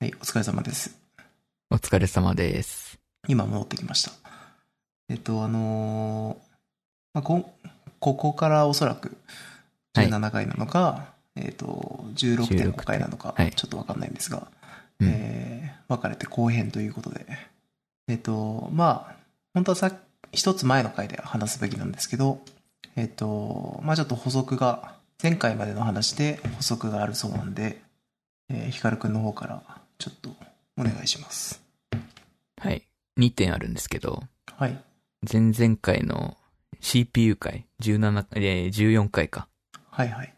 はい、お疲れ様です。お疲れ様です。今戻ってきました。えっと、あのーまあ、こんここからおそらくはい17回なのか、えっと、16.5 16回なのか、はいちょっとわかんないんですが、うんえー分かれて後編ということで、えっと、まあ、本当はさっ一つ前の回で話すべきなんですけど、えっと、まあちょっと補足が、前回までの話で補足があるそうなんで、えー、ヒカルくんの方からちょっとお願いします。はい。2点あるんですけど、はい。前々回の CPU 回、17、えー14回か。はいはい。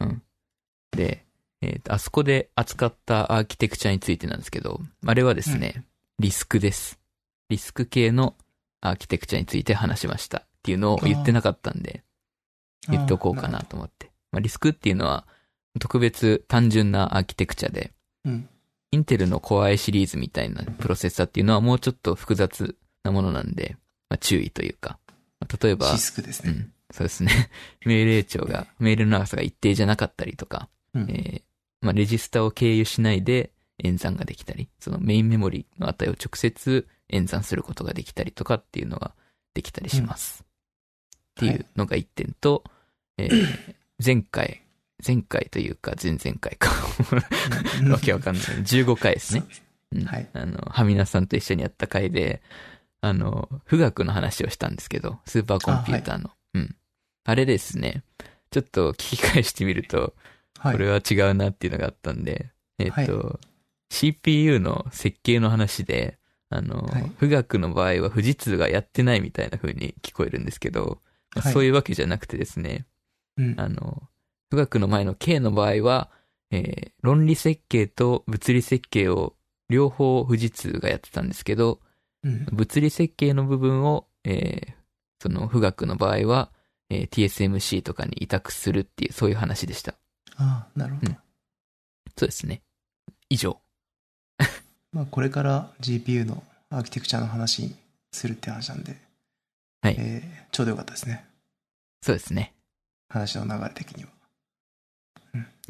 で、えーとあそこで扱ったアーキテクチャについてなんですけど、あれはですね、リスクです。リスク系のアーキテクチャについて話しましたっていうのを言ってなかったんで、言っておこうかなと思って。まあ、リスクっていうのは、特別単純なアーキテクチャで、あー。なるほどうん。インテルの Core i シリーズみたいなプロセッサーっていうのはもうちょっと複雑なものなんで、まあ、注意というか、まあ例えば、シスクですうね。ん、そうですね。 命令長が、メールの長さが一定じゃなかったりとか、うんえーまあ、レジスタを経由しないで演算ができたり、そのメインメモリの値を直接演算することができたりとかっていうのができたりしまうす。んっていうのが一点と、えー前回、前回というか前々回か。 わけわかんない。15回ですね。うんはいあの、はみなさんと一緒にやった回で、あの、富岳の話をしたんですけど、スーパーコンピューターの。うん。あれですね、ちょっと聞き返してみると、はい。これは違うなっていうのがあったんで、えっ、と、CPU の設計の話で、あの、はい富岳の場合は富士通がやってないみたいな風に聞こえるんですけど、まあはいそういうわけじゃなくてですね、うんあの、富岳の前の K の場合は、えー論理設計と物理設計を両方富士通がやってたんですけど、うん物理設計の部分を、えーその富岳の場合は、えー TSMC とかに委託するっていう、そういう話でした。ああ、なるほど。うんそうですね。以上。まあ、これから GPU のアーキテクチャの話にするって話なんで、はいえーちょうどよかったですね。そうですね。話の流れ的には。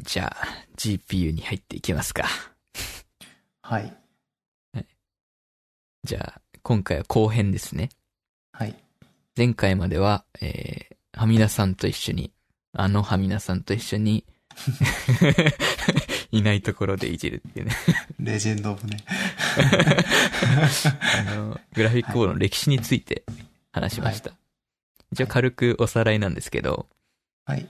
じゃあ、GPU に入っていきますか。はい。じゃあ、今回は後編ですね。はい。前回までは、えー、はみなさんと一緒に、あのはみなさんと一緒に、 いないところでいじるっていうね。レジェンド・オブね。あの、 グラフィックボードの歴史について話しました。一応軽くおさらいなんですけど、はい。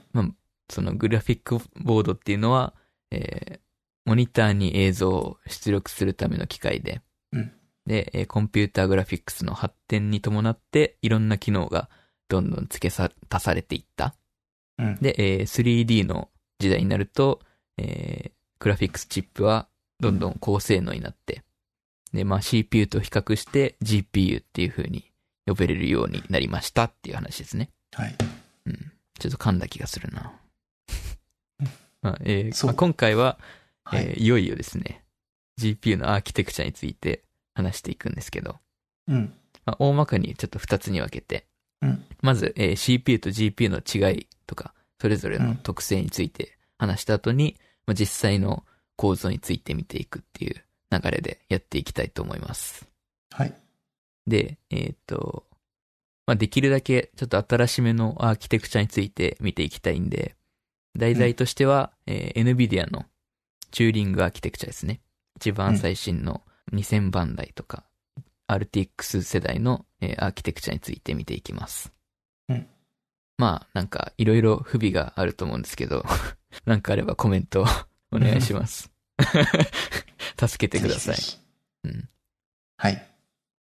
そのグラフィックボードっていうのは、えーモニターに映像を出力するための機械で、うんで、えーコンピューターグラフィックスの発展に伴って、いろんな機能がどんどん付けさ足されていった。うん。で、えー 3D の時代になると、えーグラフィックスチップはどんどん高性能になって、で、まあ CPU と比較して GPU っていう風に呼べれるようになりましたっていう話ですね。はい。うん。ちょっと噛んだ気がするな。 まあえーそうまあ今回は、はいえーいよいよですね、GPU のアーキテクチャについて話していくんですけど、うん。まあ、大まかにちょっと2つに分けて、うんまず、えー CPU と GPU の違いとか、それぞれの特性について話した後に、まあ、実際の構造について見ていくっていう流れでやっていきたいと思います。はい。で、えーっと、まあ、できるだけちょっと新しめのアーキテクチャについて見ていきたいんで、題材としては、えー NVIDIA のチューリングアーキテクチャですね。一番最新の2000番台とか、RTX 世代の、えーアーキテクチャについて見ていきます。うんまあ、なんか、いろいろ不備があると思うんですけど、 なんかあればコメントをお願いし ます。助けてくださいぜ。ひぜひうんはい。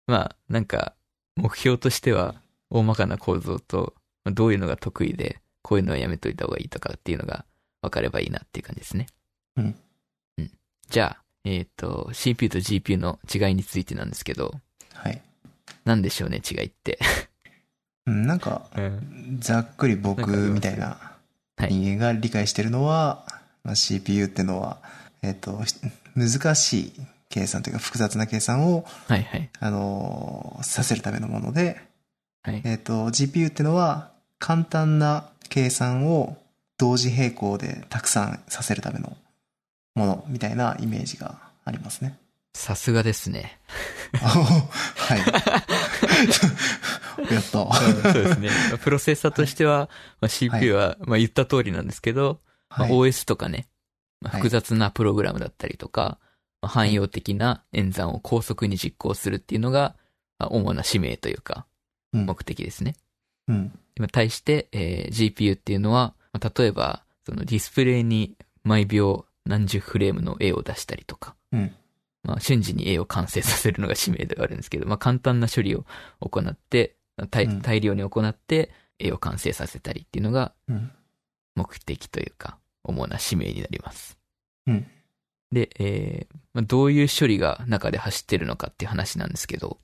まあ、なんか、目標としては、大まかな構造と、まあどういうのが得意で、こういうのはやめといた方がいいとかっていうのが分かればいいなっていう感じですね。うん。うん。じゃあ、えっ、と、CPU と GPU の違いについてなんですけど、はい。なんでしょうね、違いって。うん、なんか、うん。ざっくり僕なんかありますみたいなはい人間が理解してるのは、まあ CPU ってのは、えっ、と、ひ難しい計算というか複雑な計算を、はいはい。あのーさせるためのもので、はい。えっ、と、GPU ってのは簡単な計算を同時並行でたくさんさせるためのものみたいなイメージがありますね。 さすがですね。はい。 やった。そうですね。 まあプロセッサーとしては、まあ、CPU は、まあ、言った通りなんですけど、まあはい OS とかね、まあはい複雑なプログラムだったりとか、まあ汎用的な演算を高速に実行するっていうのが、まあ主な使命というか、うん目的ですね。うん。今対して、えー GPU っていうのは、まあ例えば、そのディスプレイに毎秒何十フレームの絵を出したりとか、うんまあ、瞬時に絵を完成させるのが使命ではあるんですけど、まあ、簡単な処理を行って、大うん大量に行って、絵を完成させたりっていうのがうん。目的というか、主な使命になります。うんで、えーまあ、どういう処理が中で走ってるのかっていう話なんですけど、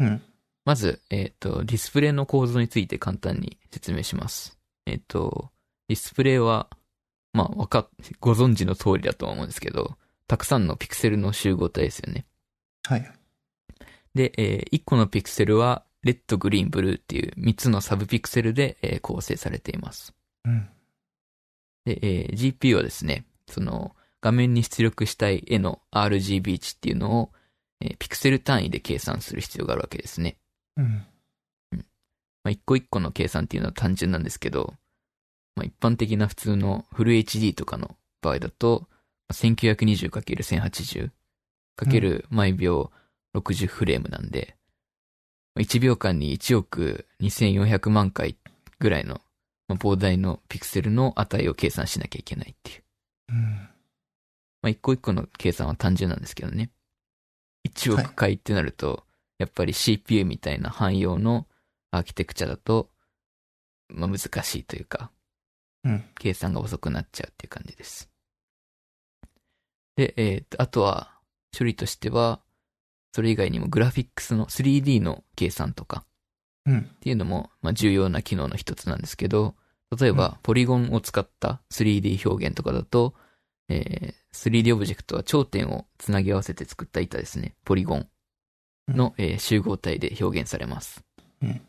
うん。まず、えっ、と、ディスプレイの構造について簡単に説明します。えっ、と、ディスプレイは、まあ、わかっ、ご存知の通りだとは思うんですけど、たくさんのピクセルの集合体ですよね。はい。で、え1個のピクセルは、レッド、グリーン、ブルーっていう3つのサブピクセルで、えー構成されています。うん。で、えー GPU はですね、その、画面に出力したい絵の RGB 値っていうのを、えーピクセル単位で計算する必要があるわけですね。うん。まあ、一個一個の計算っていうのは単純なんですけど、まあ、一般的な普通のフル HD とかの場合だと、まあ 1920×1080× 毎秒60フレームなんで、まあ1秒間に1億2400万回ぐらいの、まあ膨大のピクセルの値を計算しなきゃいけないっていう。うん。まあ、一個一個の計算は単純なんですけどね。1はい億回ってなると、やっぱり CPU みたいな汎用のアーキテクチャだと、まあ、難しいというか、うん計算が遅くなっちゃうっていう感じです。で、えーと、あとは、処理としては、それ以外にもグラフィックスの 3D の計算とか、うん。っていうのも、まあ、重要な機能の一つなんですけど、例えば、ポリゴンを使った 3D 表現とかだと、えー 3D オブジェクトは頂点をつなぎ合わせて作った板ですね、ポリゴンの、えー集合体で表現されます。うん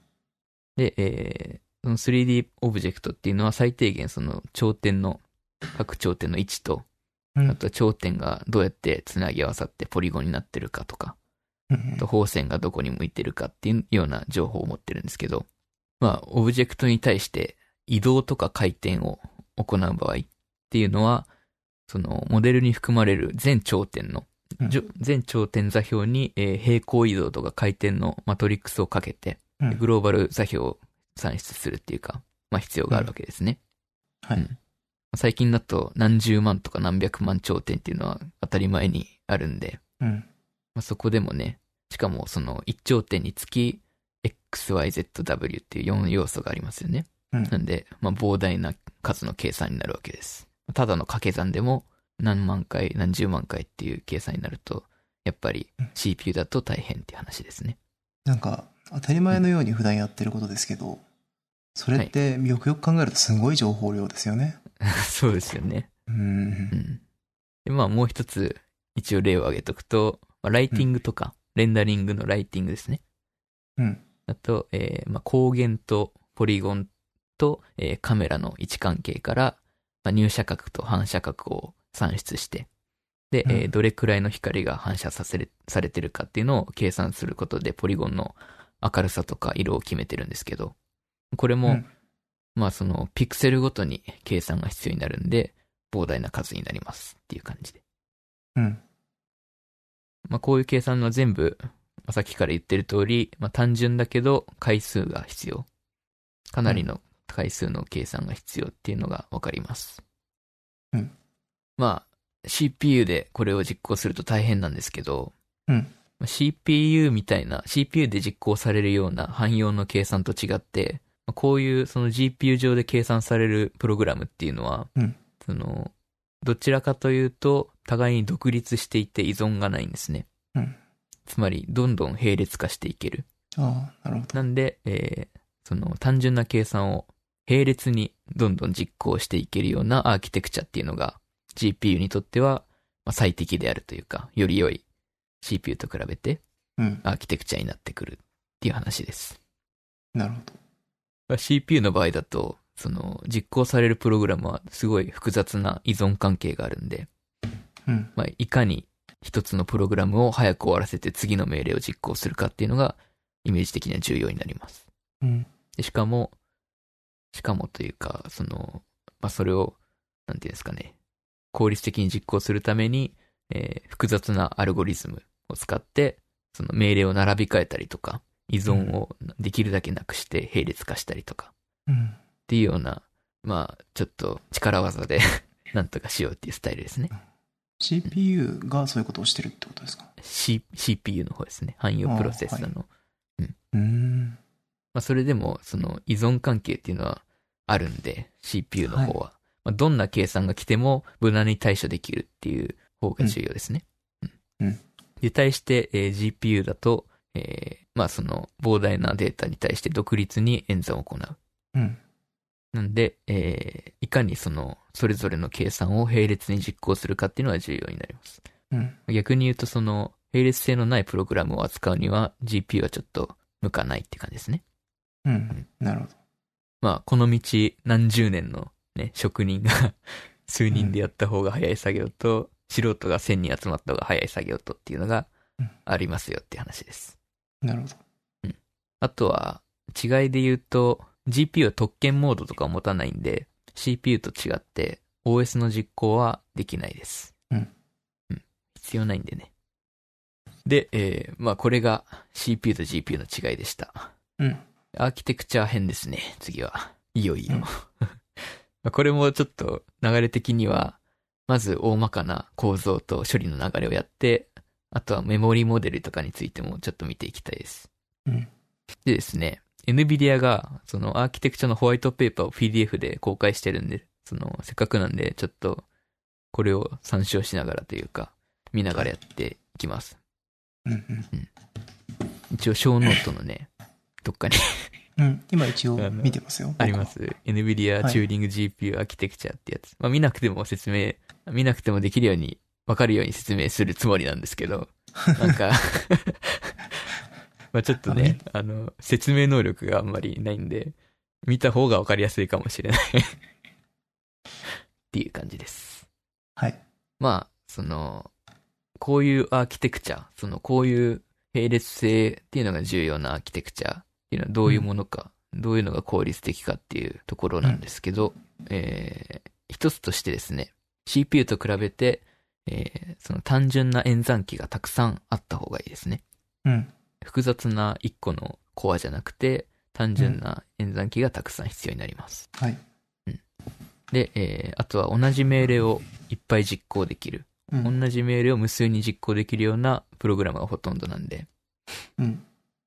で、えーその 3D オブジェクトっていうのは最低限その頂点の、各頂点の位置と、うんあとは頂点がどうやってつなぎ合わさってポリゴンになってるかとか、うんと方線がどこに向いてるかっていうような情報を持ってるんですけど、まあ、オブジェクトに対して移動とか回転を行う場合っていうのは、そのモデルに含まれる全頂点の、うんじょ全頂点座標に、えー平行移動とか回転のマトリックスをかけて、うんグローバル座標を算出するっていうか、まあ必要があるわけですね。はうんい。最近だと何十万とか何百万頂点っていうのは当たり前にあるんで、うん。まあ、そこでもね、しかもその一頂点につき、XYZW っていう4要素がありますよね。うんなんで、まあ、膨大な数の計算になるわけです。ただの掛け算でも何万回、何十万回っていう計算になると、やっぱり CPU だと大変っていう話ですね。 なんか、当たり前のように普段やってることですけど、それってよくよく考えるとすごい情報量ですよね。そうですよね。う。うんん。で、まあもう一つ、一応例を挙げとくと、まあ、ライティングとか、レンダリングのライティングですね。うん。あと、えーまあ、光源とポリゴンと、えーカメラの位置関係から、まあ、入射角と反射角を算出して、で、えーうんどれくらいの光が反射させれされてるかっていうのを計算することで、ポリゴンの明るさとか色を決めてるんですけど、これも、うんまあその、ピクセルごとに計算が必要になるんで、膨大な数になりますっていう感じで。うん。まあ、こういう計算は全部、まあさっきから言ってる通り、まあ、単純だけど回数が必要。かなりの回数の計算が必要っていうのがわかります。うんまあ、CPU でこれを実行すると大変なんですけど、うんまあ CPU みたいな、CPU で実行されるような汎用の計算と違って、まあこういうその GPU 上で計算されるプログラムっていうのは、うんその、どちらかというと、互いに独立していて依存がないんですね。つまり、どんどん並列化していける。ああ、なるほど。なんで、えーその単純な計算を並列にどんどん実行していけるようなアーキテクチャっていうのが GPU にとってはまあ最適であるというか、より良い CPU と比べてうん。アーキテクチャになってくるっていう話です。なるほど。まあ CPU の場合だと、その実行されるプログラムはすごい複雑な依存関係があるんで、うん。まあ、いかに一つのプログラムを早く終わらせて次の命令を実行するかっていうのが、イメージ的には重要になります。うん。でしかも、しかもというか、その、まあ、それを、なんていうんですかね、効率的に実行するために、えー複雑なアルゴリズムを使って、その命令を並び替えたりとか、依存をできるだけなくして並列化したりとか、うん。っていうような、まあ、ちょっと力技で、 なんとかしようっていうスタイルですね。 CPU がそういうことをしてるってことですか C、CPU の方ですね。汎用プロセッサーの。うーん。まあ、それでも、その依存関係っていうのはあるんで、CPU の方は。まあ、どんな計算が来ても無難に対処できるっていう方が重要ですね。うんうんで、対して、えー GPU だと、えーまあその膨大なデータに対して独立に演算を行う。うん。なんで、えーいかにその、それぞれの計算を並列に実行するかっていうのが重要になります。うん。逆に言うと、その、並列性のないプログラムを扱うには、GPU はちょっと向かないって感じですね。うん。なるほど。まあ、この道何十年のね、職人が 数人でやった方が早い作業と、素人が千人集まった方が早い作業とっていうのがうんありますよっていう話です。なるほど。あとは、違いで言うと、GPU は特権モードとかを持たないんで、CPU と違って OS の実行はできないです。うん。うん。必要ないんでね。で、えー、まあこれが CPU と GPU の違いでした。うん。アーキテクチャ編ですね、次は。いよいようん。 まあこれもちょっと流れ的には、まず大まかな構造と処理の流れをやって、あとはメモリーモデルとかについてもちょっと見ていきたいです。うんでですね、NVIDIA がそのアーキテクチャのホワイトペーパーを PDF で公開してるんで、そのせっかくなんでちょっとこれを参照しながらというか、見ながらやっていきます。うん。一応小ノート のね、どっかにうん。うん。今一応あの見てますよ。あります。NVIDIA はい Turing GPU Architecture ってやつ。まあ見なくても説明、見なくてもできるように、わかるように説明するつもりなんですけど、なんか、まあちょっとね、あの、説明能力があんまりないんで、見た方がわかりやすいかもしれない。っていう感じです。はい。まあ、その、こういうアーキテクチャ、その、こういう並列性っていうのが重要なアーキテクチャっていうのはどういうものか、どういうのが効率的かっていうところなんですけど、えー一つとしてですね、CPU と比べて、えーその単純な演算機がたくさんあった方がいいですね。うん。複雑な一個のコアじゃなくて、単純な演算機がたくさん必要になります。はい。で、えーあとは同じ命令をいっぱい実行できる。うん。同じ命令を無数に実行できるようなプログラムがほとんどなんで、うん。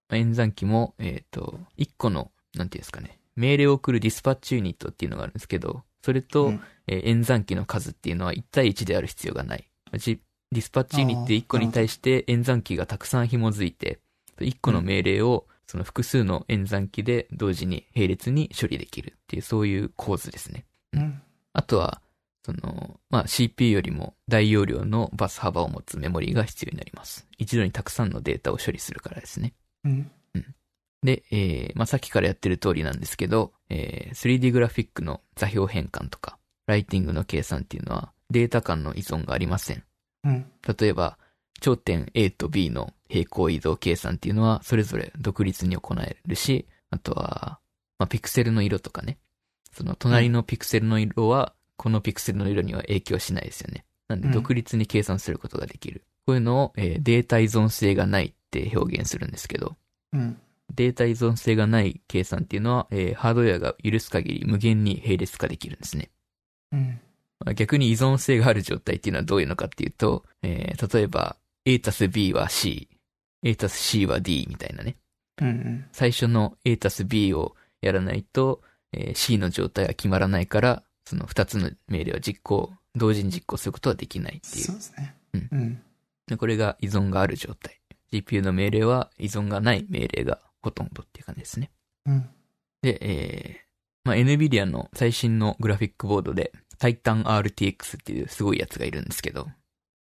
まあ演算機も、えっ、と、1個の、なんていうんですかね、命令を送るディスパッチユニットっていうのがあるんですけど、それと、うんえー演算機の数っていうのは1対1である必要がない。まあじディスパッチユニット1個に対して演算機がたくさん紐づいて、1個の命令をその複数の演算機で同時に並列に処理できるっていう、そういう構図ですね。うん。あとは、その、まあ、CPU よりも大容量のバス幅を持つメモリーが必要になります。一度にたくさんのデータを処理するからですね。うん。で、えーまあ、さっきからやってる通りなんですけど、えー 3D グラフィックの座標変換とか、ライティングの計算っていうのはデータ間の依存がありません。うん。例えば、頂点 A と B の平行移動計算っていうのはそれぞれ独立に行えるし、あとは、まあ、ピクセルの色とかね。その隣のピクセルの色は、このピクセルの色には影響しないですよね。なんでうん独立に計算することができる。こういうのを、えーデータ依存性がないって表現するんですけど、うん。データ依存性がない計算っていうのは、えーハードウェアが許す限り無限に並列化できるんですね。うん。まあ逆に依存性がある状態っていうのはどういうのかっていうと、えー例えば A たす B は C、A たす C は D みたいなね。うん。最初の A たす B をやらないと、えー C の状態が決まらないから、その2つの命令を実行、同時に実行することはできないっていそうう。ですね。うんうん。でこれが依存がある状態。GPU の命令は依存がない命令がほとんどっていう感じですね。うん。で、えーまあ、NVIDIA の最新のグラフィックボードで、Titan RTX っていうすごいやつがいるんですけど、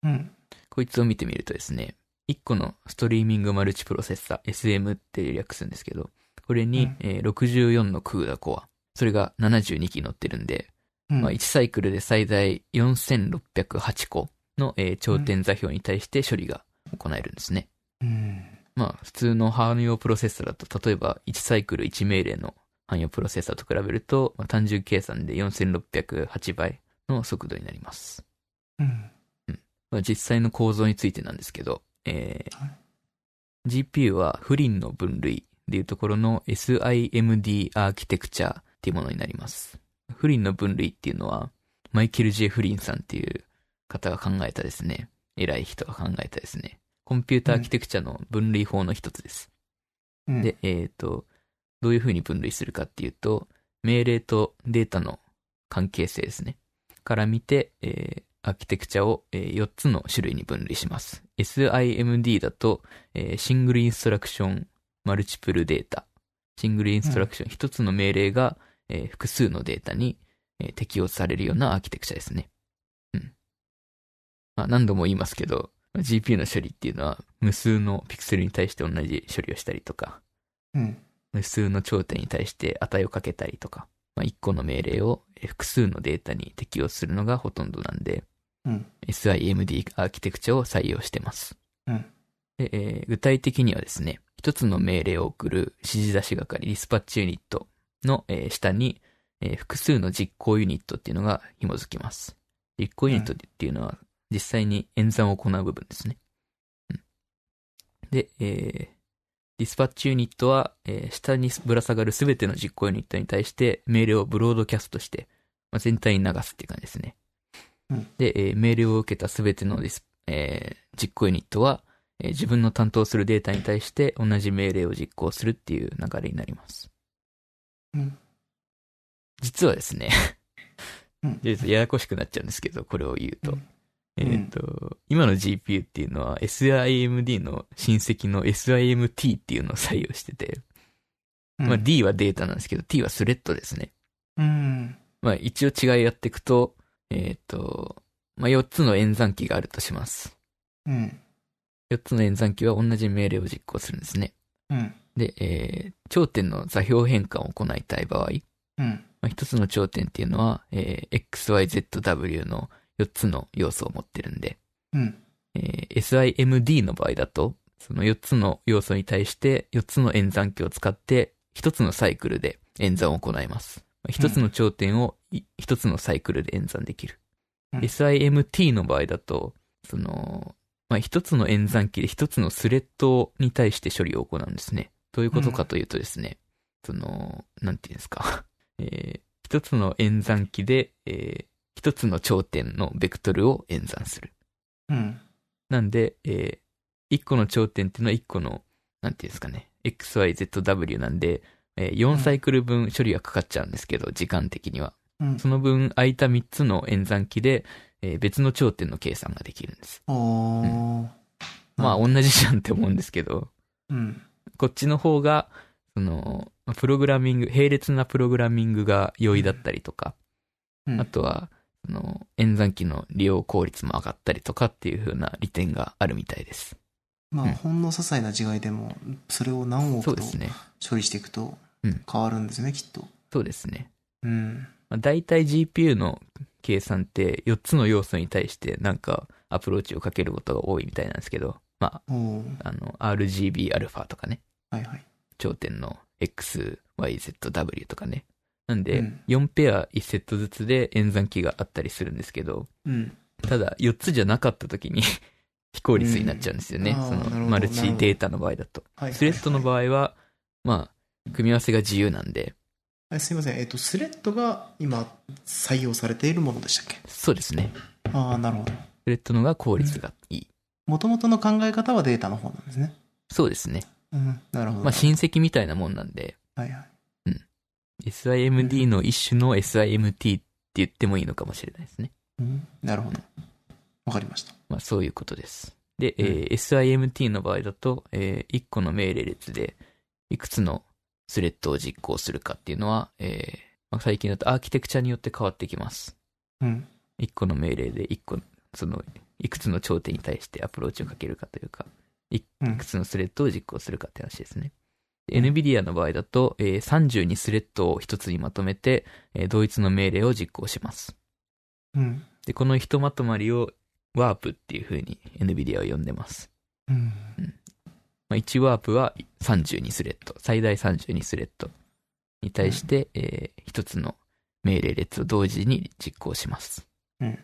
うん。こいつを見てみるとですね、1個のストリーミングマルチプロセッサー、SM って略すんですけど、これに、うんえー64の CUDA コア、それが72機乗ってるんで、うん。まあ、1サイクルで最大4608個の、えー頂点座標に対して処理が行えるんですね。うん。まあ、普通の汎用プロセッサーだと、例えば1サイクル1命令の汎用プロセッサーと比べると、まあ、単純計算で4608倍の速度になります。うん。まあ、実際の構造についてなんですけど、えーは GPU はフリンの分類でいうところの SIMD アーキテクチャっていうものになります。フリンの分類っていうのは、マイケル・ J ・フリンさんっていう方が考えたですね。偉い人が考えたですね。コンピューターアーキテクチャの分類法の一つです。うん、で、えっ、と、どういうふうに分類するかっていうと、命令とデータの関係性ですね。から見て、えーアーキテクチャを、え4つの種類に分類します。SIMD だと、えーシングルインストラクション、マルチプルデータ。シングルインストラクション、一つの命令が、えー複数のデータに、えー適用されるようなアーキテクチャですね。うん。まあ、何度も言いますけど、GPU の処理っていうのは無数のピクセルに対して同じ処理をしたりとか、うん。無数の頂点に対して値をかけたりとか、まあ、1個の命令をえー複数のデータに適用するのがほとんどなんで、うん SIMD アーキテクチャを採用してます。うんでえー具体的にはですね、一つの命令を送る指示出し係、ディスパッチユニットの、えー下に、えー複数の実行ユニットっていうのが紐づきます。実行ユニットっていうのは実際に演算を行う部分ですね。うんで、えーディスパッチユニットは、えー下にぶら下がるすべての実行ユニットに対して命令をブロードキャストして、まあ、全体に流すっていう感じですね。うんで、えー命令を受けたすべてのディス、えー実行ユニットは、えー自分の担当するデータに対して同じ命令を実行するっていう流れになります。うん実はですね、 うん。ちょっとややこしくなっちゃうんですけど、これを言うと。うんえーっ、と、今の GPU っていうのは SIMD の親戚の SIMT っていうのを採用してて、うんまあ、D はデータなんですけど、T はスレッドですね。うん。まあ、一応違いやっていくと、えーっ、と、まあ、4つの演算機があるとします。うん。 4つの演算機は同じ命令を実行するんですね。うん。で、えー頂点の座標変換を行いたい場合、うん。まあ、一つの頂点っていうのは、えー XYZW の4つの要素を持ってるんで、うん。えー SIMD の場合だと、その4つの要素に対して4つの演算機を使って1つのサイクルで演算を行います。1つの頂点を1つのサイクルで演算できる。うん SIMT の場合だと、その、まあ、1つの演算機で1つのスレッドに対して処理を行うんですね。どういうことかというとですね、その、なんていうんですか、 えー、1つの演算機で、え1つの頂点のベクトルを演算する。うん。なんで、えー、1個の頂点っていうのは1個の、なんていうんですかね、XYZW なんで、え4サイクル分処理がかかっちゃうんですけど、時間的には。うんその分空いた3つの演算機で、えー別の頂点の計算ができるんです。おー。まあ同じじゃんって思うんですけど、うん。こっちの方が、その、まあプログラミング、並列なプログラミングが容易だったりとか、うんあとは、その、演算機の利用効率も上がったりとかっていう風な利点があるみたいです。まあ、うんほんの些細な違いでも、それを何そう億でとすね。処理していくとうん変わるんですね、きっと。そうですね。うん。まあ、大体 GPU の計算って4つの要素に対してなんかアプローチをかけることが多いみたいなんですけど、まおー。あ、あの、RGBα とかね、はいはい。頂点の XYZW とかね。なんでうん、 4ペア1セットずつで演算機があったりするんですけど、うん。ただ4つじゃなかった時に 非効率になっちゃうんですよね。うんあーそなるほのどマルチデータの場合だと。はい。スレッドの合。場合は、まあ、組み合わせが自由なんで、えすいません。えっと、スレッドが今採用されているものでしたっけそうですね。ああ、なるほど。スレッドの方が効率がいい。元々の考え方はデータの方なんですね。そうですね。うん。なるほど。まあ、親戚みたいなもんなんで、はいはい。 SIMD の一種の SIMT って言ってもいいのかもしれないですね。うん。なるほど。わかりました。まあ、そういうことです。で、えうんー SIMT の場合だと、え1個の命令列で、いくつのスレッドを実行するかっていうのは、えーまあ、最近だとアーキテクチャによって変わってきます。うん。 1個の命令で1個、その、いくつの頂点に対してアプローチをかけるかというか、ういんく。つのスレッドを実行するかって話ですね。でうん NVIDIA の場合だと、えー32スレッドを一つにまとめて、えー同一の命令を実行します。うん。で、このひとまとまりをワープっていう風に NVIDIA は呼んでます。うん。まあ、1ワープは32スレッド、最大32スレッドに対して、えー一つの命令列を同時に実行します。うん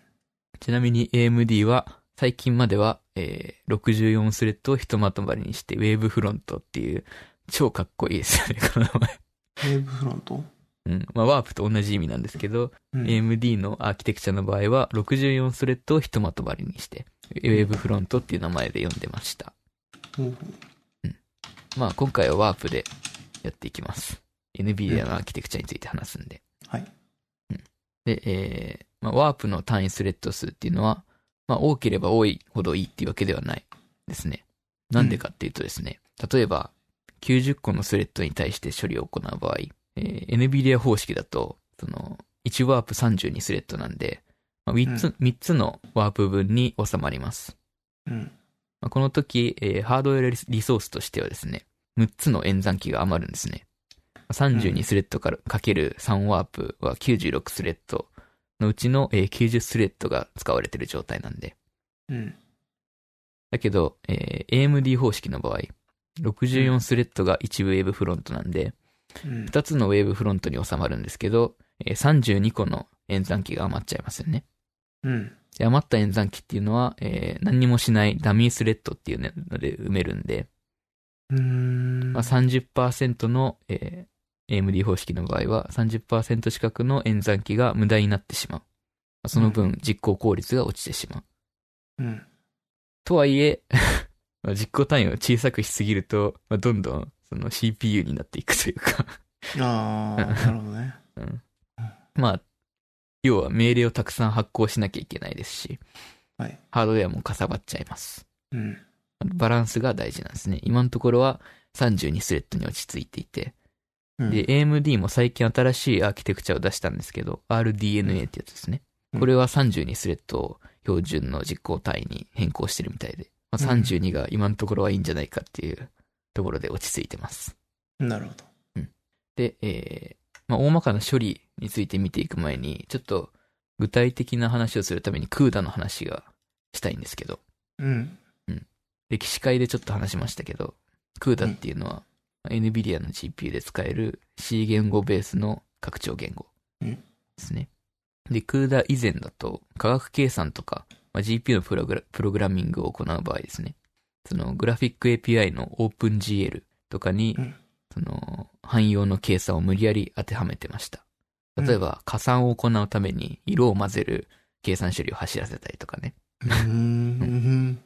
ちなみに AMD は最近までは、えー64スレッドをひとまとまりにして、ウェーブフロントっていう超かっこいいですよね、この名 前。ウェーブフロントうん。まあ、ワープと同じ意味なんですけど、うん。 AMD のアーキテクチャの場合は64スレッドをひとまとまりにして、ウェーブフロントっていう名前で呼んでました。ほうほまあ今回はワープでやっていきます。NVIDIA のアーキテクチャについて話すんで。はいうん。で、えーまあ、ワープの単位スレッド数っていうのは、まあ多ければ多いほどいいっていうわけではないですね。なんでかっていうとですね、例えば90個のスレッドに対して処理を行う場合、えー NVIDIA 方式だと、その1ワープ32スレッドなんで、まあ、3つ、3つのワープ分に収まります。う。うん。まあこの時、えーハードウェアリソースとしてはですね、6つの演算機が余るんですね。まあうん32スレッドからかける3ワープは96スレッドのうちの、えー90スレッドが使われている状態なんで。うん。だけど、えー AMD 方式の場合、64スレッドが1ウェーブフロントなんで、うん。 2つのウェーブフロントに収まるんですけど、えー32個の演算機が余っちゃいますよね。うん。で余った演算機っていうのは、えー何にもしないダミースレッドっていうので埋めるんで、うーん。まあ、30%の、えー AMD 方式の場合は30%近くの演算機が無駄になってしまう。まあその分実行効率が落ちてしまう。うん。とはいえ、 まあ実行単位を小さくしすぎると、まあどんどんその CPU になっていくというか、 ああ、なるほどね。うんまあ、要は命令をたくさん発行しなきゃいけないですし、はいハードウェアもかさばっちゃいます。うん。バランスが大事なんですね。今のところは32スレッドに落ち着いていて、うんで、、AMD も最近新しいアーキテクチャを出したんですけど、RDNA ってやつですね。うんこれは32スレッドを標準の実行単位に変更してるみたいで、まあ、うん32が今のところはいいんじゃないかっていうところで落ち着いてます。なるほど。で、えー、まあ、大まかな処理について見ていく前に、ちょっと具体的な話をするために CUDA の話がしたいんですけど、うん。歴史会でちょっと話しましたけど、CUDA っていうのは、NVIDIA の GPU で使える C 言語ベースの拡張言語うんですね。で、CUDA 以前だと、化学計算とか、まあ、GPU のプログラプログラミングを行う場合ですね。その、グラフィック API の OpenGL とかにうん、その、汎用の計算を無理やり当てはめてました。例えば、加算を行うために、色を混ぜる計算処理を走らせたりとかね。うーん。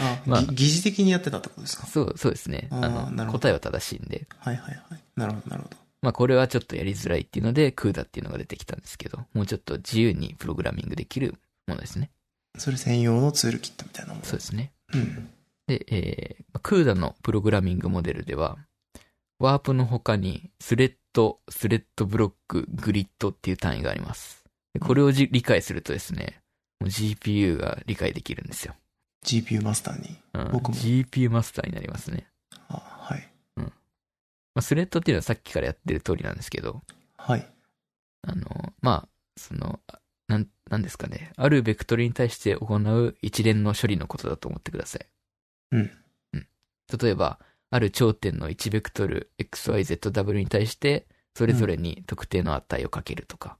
あ、まあぎ疑似的にやってたってことですかそう、そうですね。あーなあるの、ほど答えは正しいんで。はいはいはい。なるほど、なるほど。まあこれはちょっとやりづらいっていうので、クーダっていうのが出てきたんですけど、もうちょっと自由にプログラミングできるものですね。それ専用のツールキットみたいなもん。そうですね。うん。で、えー、クーダのプログラミングモデルでは、ワープの他に、スレッド、スレッドブロック、グリッドっていう単位があります。でこれをじ理解するとですね、もう GPU が理解できるんですよ。 GPU マスターに。うん、僕も GPU マスターになりますね。あ、はい。まあ、スレッドっていうのはさっきからやってる通りなんですけど、はい。あの、まあ、その、あなん、なんですかね。あるベクトルに対して行う一連の処理のことだと思ってください。うん。うん。例えば、ある頂点の1ベクトル XYZW に対して、それぞれに特定の値をかけるとうか、ん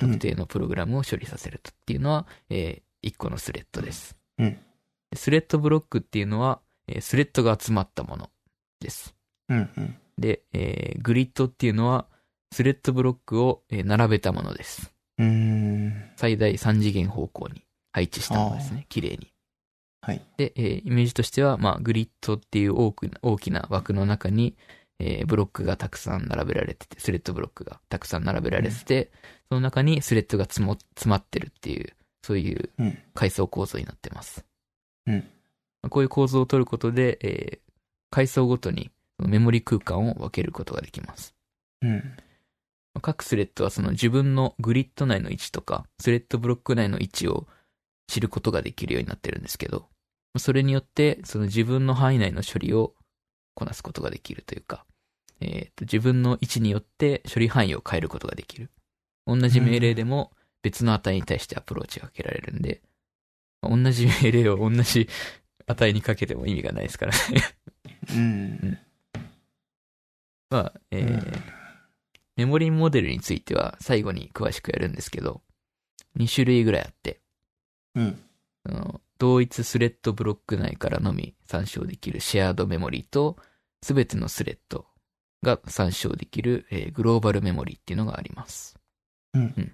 特定のプログラムを処理させるとっていうのは、えー、1個のスレッドです。うんでスレッドブロックっていうのは、えースレッドが集まったものです。うんうん。で、えーグリッドっていうのは、スレッドブロックを、えー並べたものです。うーん。最大3次元方向に配置したものですね。綺麗に。はい。で、えーイメージとしては、まあ、グリッドっていう大きな大きな枠の中に、えーブロックがたくさん並べられてて、スレッドブロックがたくさん並べられてて、その中にスレッドが詰も詰まってるっていう、そういううん。階層構造になってます。うんまあこういう構造を取ることで、えー階層ごとにメモリ空間を分けることができます。うん。まあ各スレッドはその自分のグリッド内の位置とか、スレッドブロック内の位置を知ることができるようになってるんですけど、それによって、その自分の範囲内の処理をこなすことができるというか、えーと自分の位置によって処理範囲を変えることができる。同じ命令でも別の値に対してアプローチがかけられるんで、同じ命令を同じ値にかけても意味がないですからね。うん。まあ、えーうんメモリーモデルについては最後に詳しくやるんですけど、2種類ぐらいあって、うん。あの同一スレッドブロック内からのみ参照できるシェアードメモリーと、すべてのスレッドが参照できる、えーグローバルメモリーっていうのがあります。うん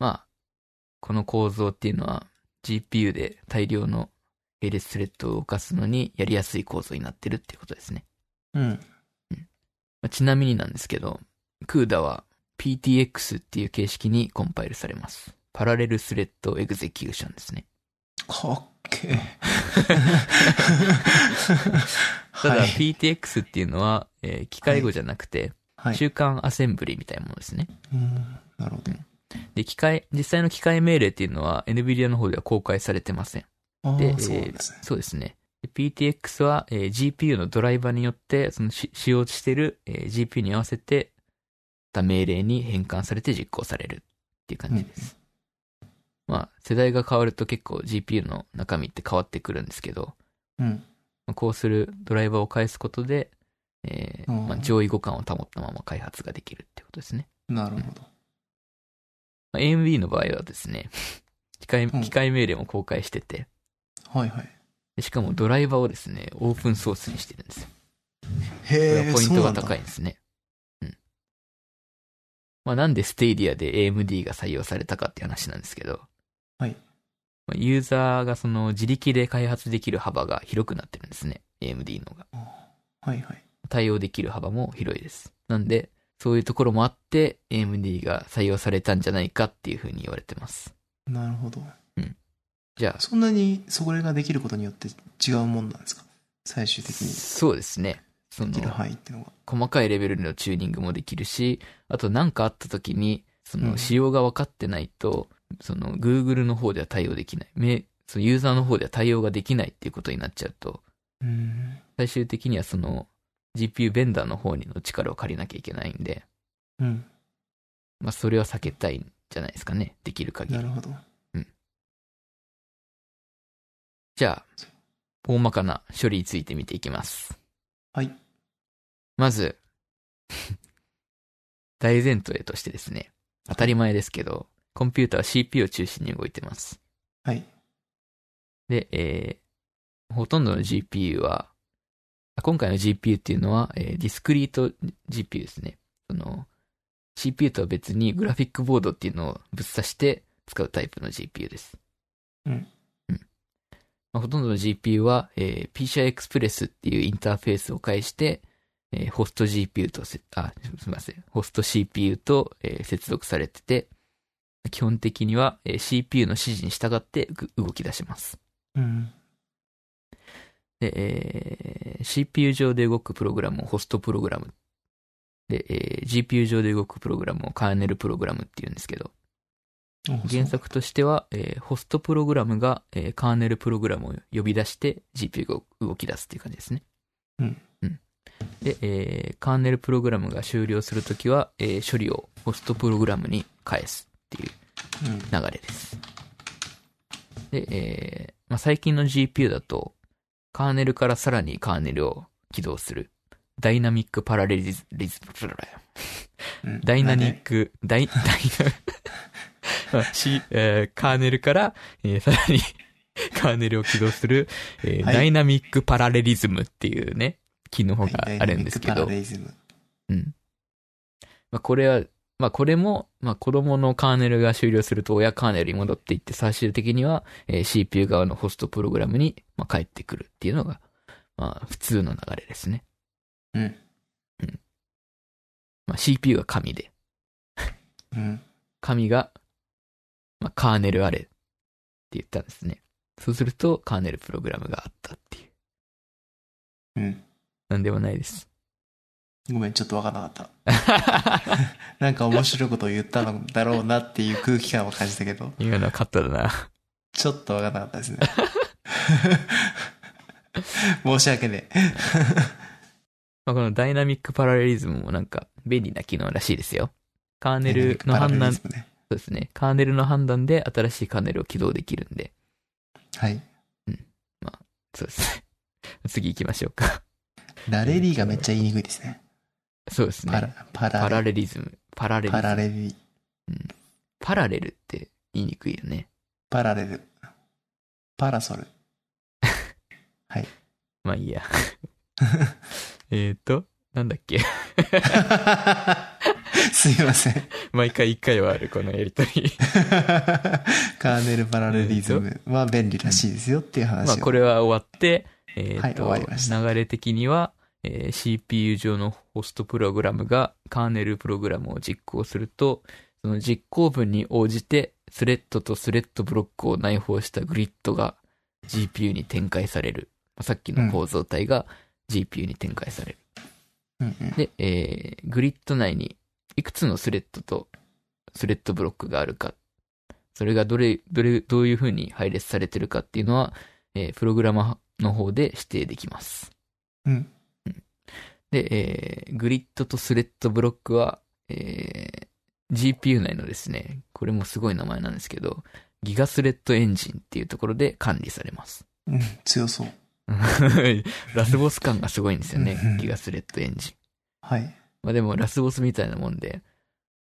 まあ、この構造っていうのは GPU で大量の並列スレッドを動かすのにやりやすい構造になってるっていうことですね。うん。まあちなみになんですけど、クーダは PTX っていう形式にコンパイルされます。パラレルスレッドエグゼキューションですね。かっけえ。ただはい PTX っていうのは、えー機械語じゃなくて、はい。中間アセンブリみたいなものですね。うんなるほどで、機械、実際の機械命令っていうのは NVIDIA の方では公開されてません。。あで、えーそうなんーですね。そうですね。で PTX は、えー GPU のドライバーによって、そのし使用している、えー GPU に合わせて、た命令に変換されて実行されるっていう感じです。まあ、世代が変わると結構 GPU の中身って変わってくるんですけど、うん。まあこうするドライバーを返すことで、えーうんまあ、上位互換を保ったまま開発ができるってことですね。なるほど。まあ、AMD の場合はですね、 機械うん機械命令も公開してて、はいはい。でしかもドライバーをですね、オープンソースにしてるんですよこれへはえ、ポインそうなトがんだ高いんですね。うん。まあなんでステイディアで AMD が採用されたかっていう話なんですけど。はい。まあ、ユーザーがその自力で開発できる幅が広くなってるんですね。AMD のが。はいはい。対応できる幅も広いです。なんで、そういうところもあって、AMD が採用されたんじゃないかっていうふうに言われてます。なるほど。じゃあ、そんなにそれができることによって違うもんなんですか最終的にそうですね。そのでき、る範囲っていうのが。細かいレベルのチューニングもできるし、あと何かあった時に、そうのん仕様が分かってないと、その Google の方では対応できない。めそのユーザーの方では対応ができないっていうことになっちゃうと、うーん。最終的にはその GPU ベンダーの方にの力を借りなきゃいけないんで、うん。まあそれは避けたいんじゃないですかね。できる限なりる。ほど。じゃあ、大まかな処理について見ていきます。はい。まず、 大前提としてですね、当たり前ですけど、コンピューターは CPU を中心に動いてます。はい。で、えーほとんどの GPU は、あ今回の GPU っていうのは、えーディスクリート GPU ですね。その、CPU とは別にグラフィックボードっていうのをぶっ刺して使うタイプの GPU です。うん。うん。まあ、ほとんどの GPU は、えー PCI Express っていうインターフェースを介して、えーホスト GPU とせ、あ、すみません。ホスト CPU と、えー接続されてて、基本的には、えー CPU の指示に従ってぐ動き出します。うん。で、えー CPU 上で動くプログラムをホストプログラム。で、えー GPU 上で動くプログラムをカーネルプログラムって言うんですけど、おそう原作としては、えーホストプログラムが、えーカーネルプログラムを呼び出して GPU が動き出すっていう感じですね。うん。うん。で、えーカーネルプログラムが終了するときは、えー処理をホストプログラムに返すっていううん。流れです。で、えーまあ、最近の GPU だと、カーネルからさらにカーネルを起動する、ダイナミックパラレリズリズム、うんダイナミなんッでク、ダイ、ダイ ナ、まあし えーカーネルから、えーさらに カーネルを起動する、えーはいダイナミックパラレリズムっていうね、機能があるんですけダイナミックパラどレ、リズム。うん。まあ、これは、まあ、これも、まあ、子供のカーネルが終了すると親カーネルに戻っていって、最終的には、えー CPU 側のホストプログラムに、まあ、帰ってくるっていうのが、まあ、普通の流れですね。うん。まあ、CPU が神で、うん。神が、まあ、カーネルあれって言ったんですね。そうすると、カーネルプログラムがあったっていう。うん。なんでもない です。ごめん、ちょっとわからなかった。なんか面白いことを言ったのだろうなっていう空気感を感じたけど、今のはカットだな。ちょっとわからなかった ですね。申し訳ねえ。まあ、このダイナミックパラレリズムもなんか便利な機能らしいですよ。カーネルのダイナミックパラ判レ断リズ、ムね。そうですね。カーネルの判断で新しいカーネルを起動できるんで、はい。そうですね。 次行きましょうか。ラレリーがめっちゃ言いにくいですね。そうですね。パラ、パラパラレ、レリズム。パラレリズパム。ラレリ、パラレルって言いにくいよね。パラレル、パラソ ル。はい。まあい いや。えっと、なんだっけ。 すいません。毎回一回はある、このやりとり。カーネルパラレリズムは便利らしいですよっていう話を。まあこれは終わって、えっ、と、はい終わりました流れ的には、えー CPU 上のホストプログラムがカーネルプログラムを実行すると、その実行文に応じてスレッドとスレッドブロックを内包したグリッドが GPU に展開される。まあさっきの構造体が GPU に展開されうんうる。んで、えーグリッド内にいくつのスレッドとスレッドブロックがあるか、それがどれ、どれ、どういう風に配列されてるかっていうのは、えープログラマーの方で指定できます。うんうん。で、えーグリッドとスレッドブロックは、えー GPU 内のですね、これもすごい名前なんですけど、ギガスレッドエンジンっていうところで管理されます。 うん、強そう。ラスボス感がすごいんですよねうんうん、ギガスレッドエンジン。はい。まあでもラスボスみたいなもんで、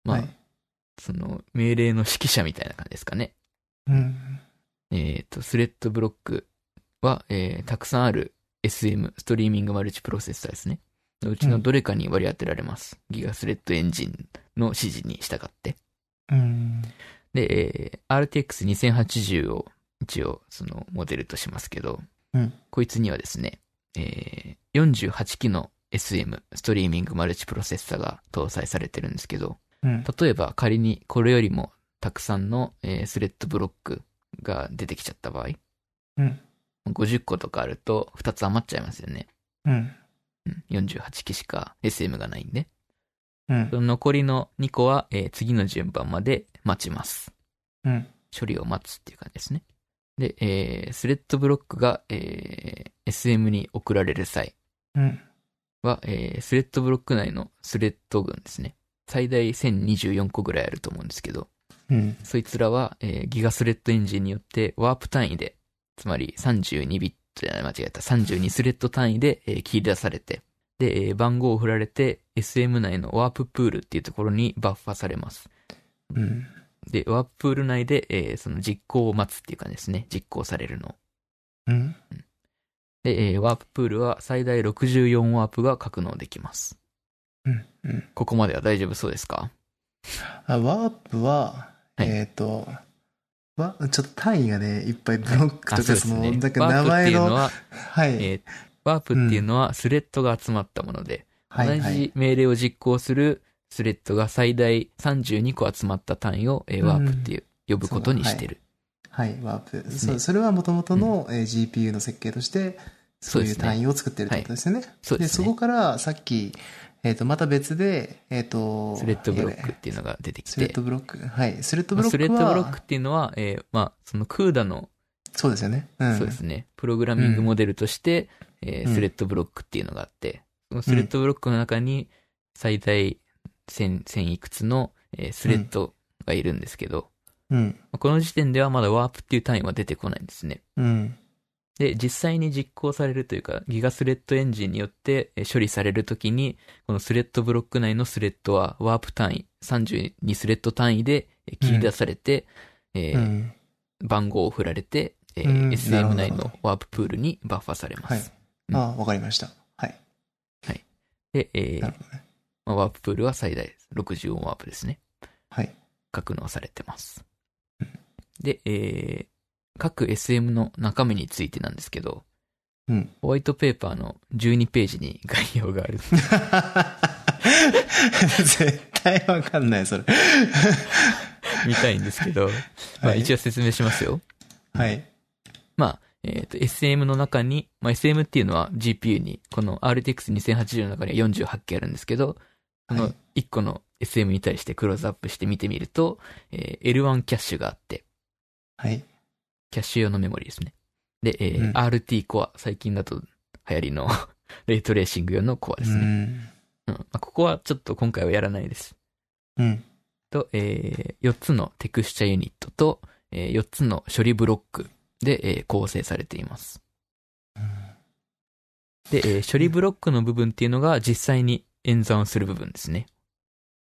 まあ、はい。その命令の指揮者みたいな感じですかね。うん。えっ、と、スレッドブロックは、えーたくさんある SM、ストリーミングマルチプロセッサーですね。のうちのどれかに割り当てられます。ギガスレッドエンジンの指示に従って。うん。で、えー RTX2080 を一応そのモデルとしますけど、うんこいつにはですね、えー48機の SM、ストリーミングマルチプロセッサが搭載されてるんですけど、うん。例えば仮にこれよりもたくさんの、えースレッドブロックが出てきちゃった場合、うん50個とかあると2つ余っちゃいますよね。うん。うん、48機しか SM がないんで。うんそ。の残りの2個は、えー次の順番まで待ちます。うん。処理を待つっていう感じですね。で、えースレッドブロックが、えー SM に送られる際うん。は、えースレッドブロック内のスレッド群ですね。最大1024個ぐらいあると思うんですけど、うん。そいつらは、えーギガスレッドエンジンによってワープ単位で、つまり32ビットじゃない、間違えた、32スレッド単位で、えー切り出されて、で、えー番号を振られて SM 内のワーププールっていうところにバッファされます。うん。で、ワーププール内で、えーその実行を待つっていう感じですね。実行されるのを。うん。で、えーワーププールは最大64ワープが格納できます。うん。うん。ここまでは大丈夫そうですかあワープは、はいえっ、と、わちょっと単位がね、いっぱいブロックとあ、か、そうでそすの、ね。なんかワ名ープって前いうの、のは、はい、 えーワープっていうのはスレッドが集まったもので、はい、は同いじ。命令を実行するスレッドが最大32個集まった単位をえーうんワープっていう呼ぶことにしてる。はい、ワープ。すそねうそれはもともとの、えー GPU の設計として、そういそううですね単位を作ってるってことですよね。そうですそねこ。から、さっき、えっ、と、また別で、えっ、と、スレッドブロックえっーていうのが出てきスレッてド、ブロック。はい。スレッドブまロッあスクレは、ッドブロックっていうのは、えーまあ、そのクーダの、そうですよね。うん。そうですね、プログラミングモデルとして、えーうんスレッドブロックっていうのがあって、そのスレッドブロックの中に最大1000、1000いくつの、えースレッドがいるんですけど、うん。まあこの時点ではまだワープっていう単位は出てこないんですね。うん。で、実際に実行されるというか、ギガスレッドエンジンによってえー処理されるときに、このスレッドブロック内のスレッドはワープ単位、32スレッド単位でえー切り出されて、えうーん。番号を振られて、えうんーなるほど SM 内のワーププールにバッファされます。はい。ああ、わかりました。はい。で、えーなるほどね。まあワーププールは最大64ワープですね。はい。格納されてます。で、えー各 SM の中身についてなんですけど、うん。 ホワイトペーパーの12ページに概要がある。絶対わかんない、それ。 みたいんですけど、まあ一応説明しますよ。はい。まあ、えっ、と、SM の中に、まあ SM っていうのは GPU に、この RTX2080 の中には48機あるんですけど、こはのい1個の SM に対してクローズアップして見てみると、えー L1 キャッシュがあって、はい。キャッシュ用のメモリですね。で、えーうん RT コア、最近だと流行りの レイトレーシング用のコアでうすね。ん。うんまあ、ここはちょっと今回はやらないです。うん。と、え4つのテクスチャユニットと、え4つの処理ブロックで、えー構成されています。で、えー処理ブロックの部分っていうのが実際に演算をする部分ですね。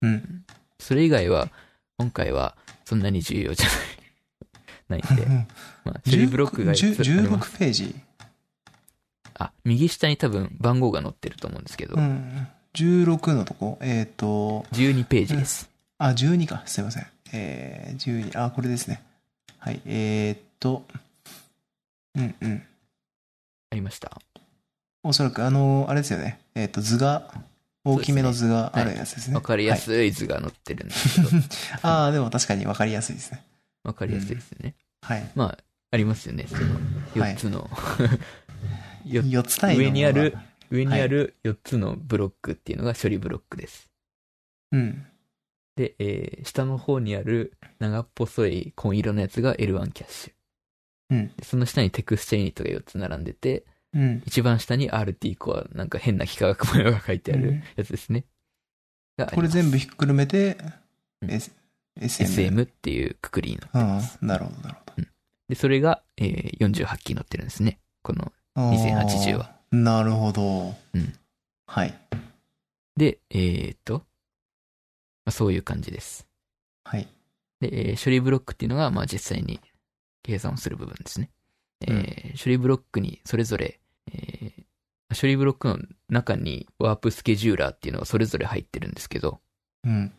うん。それ以外は、今回はそんなに重要じゃない。 ないんで。まあ、処理ブロックが10 16 16ページ。あ、右下に多分番号が載ってると思うんですけど、うん。16のとこ。えっ、と、 12ページです。あ、12か。すいません。えー、12。あ、これですね。はい。えー、っと、うんうん。ありました。おそらく、あの、あれですよね。えーっと、図が、大きめの図があるやつですね。わかりやい。すい図が載ってるんですけど、 ああ、でも確かにわかりやすいですね。わかりやすいですね。はい。まあ、ありますよね。その、はい4つの、 よ4つ単位の上にあるものが上にある4つのブロックっていうのが処理ブロックです。うん。で、えー下の方にある長っぽそい紺色のやつが L1 キャッシュ。うんでその下にテクスチャユニットが4つ並んでて、うん。一番下に RT コア、なんか変な幾何学模様が書いてあるやつですね。がありますこれ全部ひっくるめて、うん S、SM。 SM っていうくくりの。うん。なるほど、なるほで、それが、えー48機載ってるんですね。この。ど。 2080はあー。なるほど。うんはい。で、えー、っと、まあ、そういう感じです。はい。で、えー処理ブロックっていうのが、まあ、実際に計算をする部分ですね。えうんー処理ブロックにそれぞれ、えー処理ブロックの中にワープスケジューラーっていうのがそれぞれ入ってるんですけど、うん。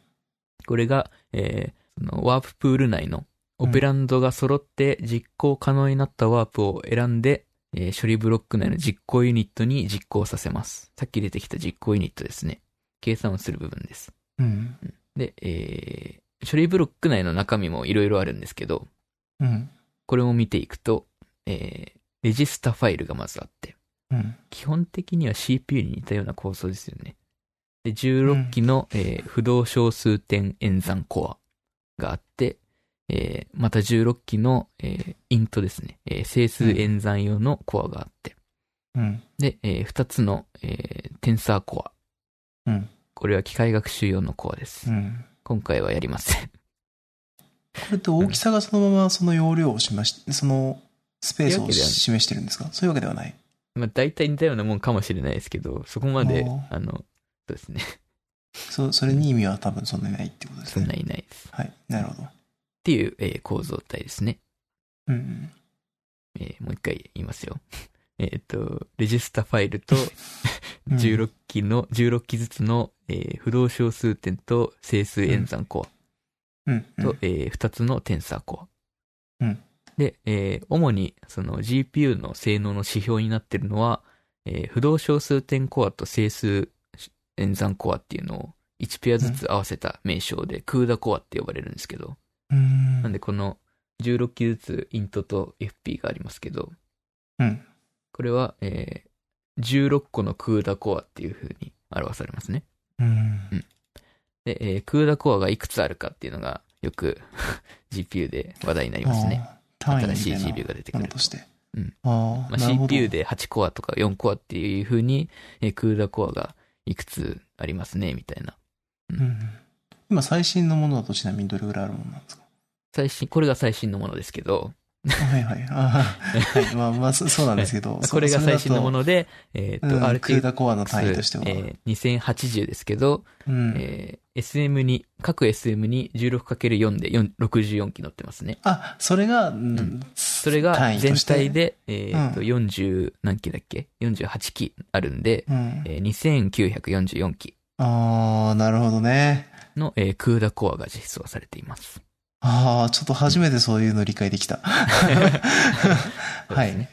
これが、えーそのワーププール内のオペランドが揃って実行可能になったワープを選んで、えー処理ブロック内の実行ユニットに実行させます。さっき出てきた実行ユニットですね。計算をする部分です。うん。で、えー処理ブロック内の中身もいろいろあるんですけど、うん。これを見ていくと、えーレジスタファイルがまずあって、うん。基本的には CPU に似たような構想ですよね。で、16機の、えー不動小数点演算コアがあって、えーまた16機の、えーイントですね、えー整数演算用のコアがあって、うん。で、え2つの、えーテンサーコア。うんこれは機械学習用のコアです。うん。今回はやりません。 これって大きさがそのままその容量を示し、そのスペースを示してるんですかそういうわけではない。まあ、大体似たようなもんかもしれないですけど、そこまでおー、あの、そうですね。そそれに意味は多分そんなにないってことですそんね。ないないです。っはい。なるほど。ていう、えー構造体ですね。うんうん。えーもう一回言いますよ。 えーっと、レジスタファイルとうん16機の、16機ずつの、えー不動小数点と整数演算コうんうアん。と、え2つのテンサーコうア。んで、えー主にその GPU の性能の指標になってるのは、えー不動小数点コアと整数演算コアっていうのを1ペアずつ合わせた名称で、クーダコアって呼ばれるんですけど、うんなんでこの16機ずつイントと FP がありますけど、うんこれは、えー16個のクーダコアっていう風に表されますね。うん。で、えークーダコアがいくつあるかっていうのがよく GPU で話題になりますね。あー。単位新みたしいい GPU なが出てくものるとと。して。うんああ、まあ、なるほど CPU で8コアとか4コアっていう風に、えークーダコアがいくつありますね、みたいな。うんうん。今最新のものだとちなみにどれぐらいあるものなん ですか最新、これが最新のものですけど、はいはい。あーはい。まあまあ、そそうなんですけど。そ これそがだ最と新のもので、えーっと、うん、クー RTX、ダコアの単位としては。えー2080ですけど、うん。えー SM に、各 SM に 16×4 で4 64機乗ってますね。あ、それが、んそそれが全体。で、えーっと、う40何機だっけ ?48 機あるんで、うん。えー2944機ああ、なるほどね。の、えークーダコアが実装されています。ああ、ちょっと初めてそういうの理解できた。はそうですいね。。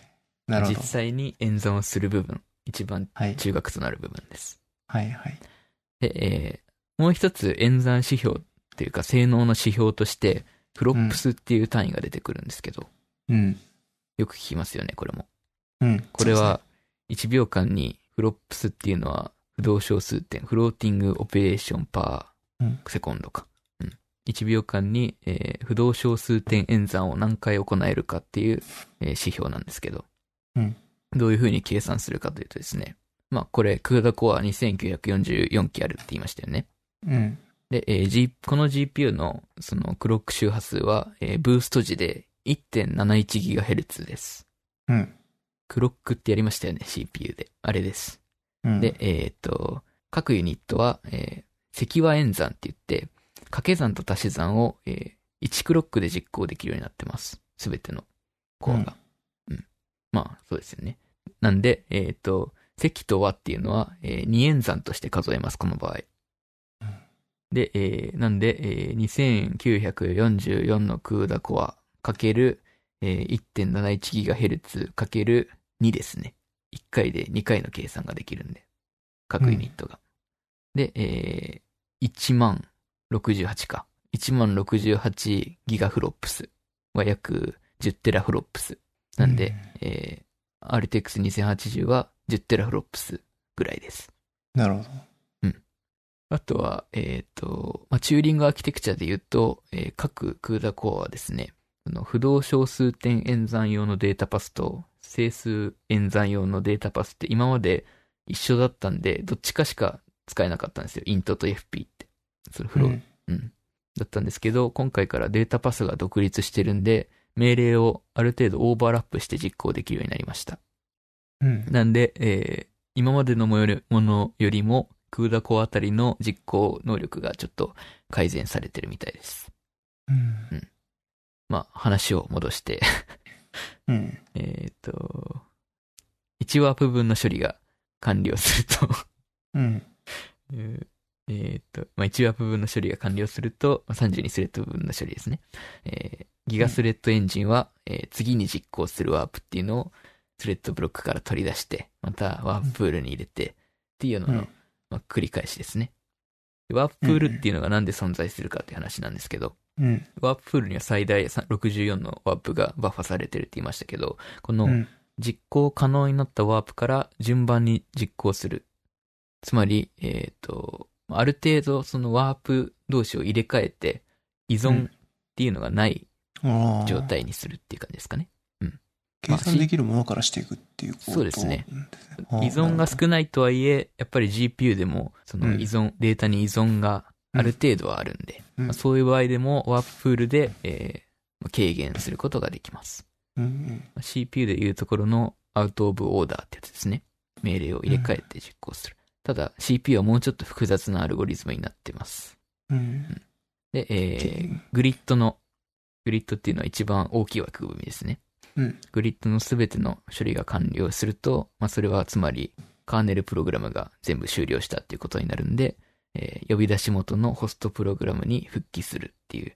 なるほど実。際に演算をする部分、一番はい。中核となる部分です。はいはい。で、えーもう一つ演算指標っていうか性能の指標として、フロップスっていう単位が出てくるんですけど、うん。よく聞きますよね、これも。うん。これは1秒間にフロップスっていうのは不動小数点、フローティングオペレーションパうんーセコンドか。うん、1秒間に、えー不動小数点演算を何回行えるかっていう、えー指標なんですけど、うんどういうふうに計算するかというとですね、まあこれ、クーダコア2944機あるって言いましたよそうね。ですね。うん。で、えー G、この GPU のそのクロック周波数は、えーブースト時で 1.71GHz です。うん。クロックってやりましたよね、CPU で。あれです。うん。で、えーっと、各ユニットは、えー積和演算って言って、掛け算と足し算を、えー1クロックで実行できるようになってます。すべてのコアが。うん。まあ、そうですよね。なんで、えーっと、積と和っていうのは、え2演算として数えます、この場合。で、えーなんで、えー2944のクーダコアかける、えー 1.71GHz かける2ですね。1回で2回の計算ができるんで。各ユニットが。で、えー、1万68か。1万68ギガフロップスは約10テラフロップス。なんで、えー、RTX2080 は10テラフロップスぐらいです。なるほど。あとは、えっ、と、まあ、チューリングアーキテクチャで言うと、えー各クーダコアはですね、その不動小数点演算用のデータパスと整数演算用のデータパスって今まで一緒だったんで、どっちかしか使えなかったんですよ。イントと FP って。そのフロー、うんうん。だったんですけど、今回からデータパスが独立してるんで、命令をある程度オーバーラップして実行できるようになりました。うん。なんで、えー今までのもよりものよりも、クーダコあたりの実行能力がちょっと改善されてるみたいです。うんまあ、話を戻して、 うん。えっと、1ワープ分の処理が完了すると、 うん。えっと、まあ、1ワープ分の処理が完了すると、まあ32スレッド分の処理ですね。えーギガスレッドエンジンは、えー次に実行するワープっていうのを、スレッドブロックから取り出して、またワーププールに入れて、っていうのうのんまあ、繰り返しですね。でワーププールっていうのがなんで存在するかっていう話なんですけど、うん。ワーププールには最大さ64のワープがバッファされてるって言いましたけど、こうのん。実行可能になったワープから順番に実行する。つまり、えっ、と、ある程度そのワープ同士を入れ替えて依うん存っていうのがないあー状。態にするっていう感じですかね。計算できるものからしていくっていうことそうですね。あー依存が少ないとはいえ、やっぱり GPU でもその依存、データに依存がある程度はあるんで、うんまあそういう場合でもワーププールで、えー軽減することができます。うんまあ CPU でいうところのアウトオブオーダーってやつですね。命令を入れ替えて実行する。ただ CPU はもうちょっと複雑なアルゴリズムになってます。うん。うん。で、えーグリッドの、グリッドっていうのは一番大きい枠組みですね。うんグリッドのすべての処理が完了すると、まあ、それはつまり、カーネルプログラムが全部終了したっていうことになるんで、えー呼び出し元のホストプログラムに復帰するっていう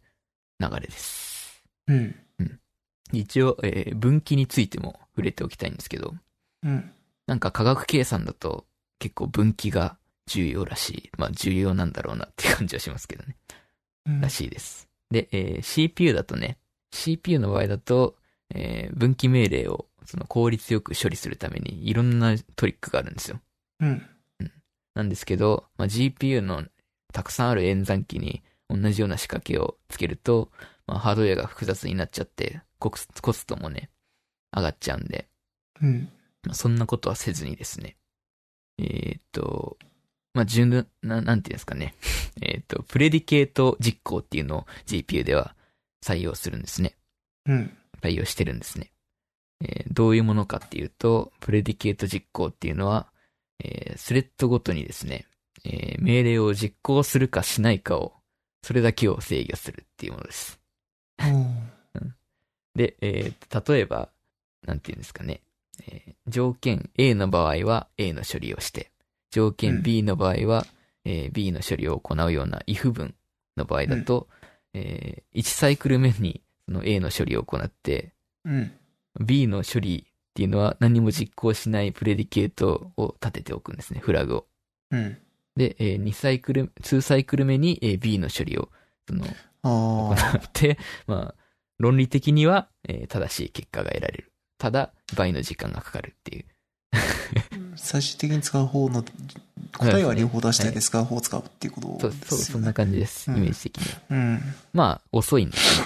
流れです。うん。一応、えー分岐についても触れておきたいんですけど、うん。なんか科学計算だと結構分岐が重要らしい。まあ重要なんだろうなっていう感じはしますけどね。うんらしいです。で、えー CPU だとね、CPU の場合だと、えー分岐命令をその効率よく処理するためにいろんなトリックがあるんですよ。うん。なんですけど、まあ、GPU のたくさんある演算機に同じような仕掛けをつけると、まあ、ハードウェアが複雑になっちゃって、コスコストもね、上がっちゃうんで、うん。まあ、そんなことはせずにですね。えーっと、まあ、順番、な、なんていうんですかね。 えーっと、プレディケート実行っていうのを GPU では採用するんですね。うん。対応してるんですね。えーどういうものかっていうと、プレディケート実行っていうのは、えースレッドごとにですね、えー命令を実行するかしないかを、それだけを制御するっていうものです。で、えー例えば、なんていうんですかね、えー条件 A の場合は A の処理をして、条う件ん B の場合は、えー B の処理を行うような if 文の場合だと、え1サイクル目にその A の処理を行って、うん。 B の処理っていうのは何も実行しないプレディケートを立てておくんですね、フラグを。うん。で、え2サイクル、2サイクル目に、えー B の処理を、その、行ああ。って、まあ、論理的には、えー正しい結果が得られる。ただ、倍の時間がかかるっていう。最終的に使う方の、答えは両方出したいで使う方を使うっていうことそう、ですそう、よねそんな感じです。うイんメージ的には。うん。まあ、遅いんです。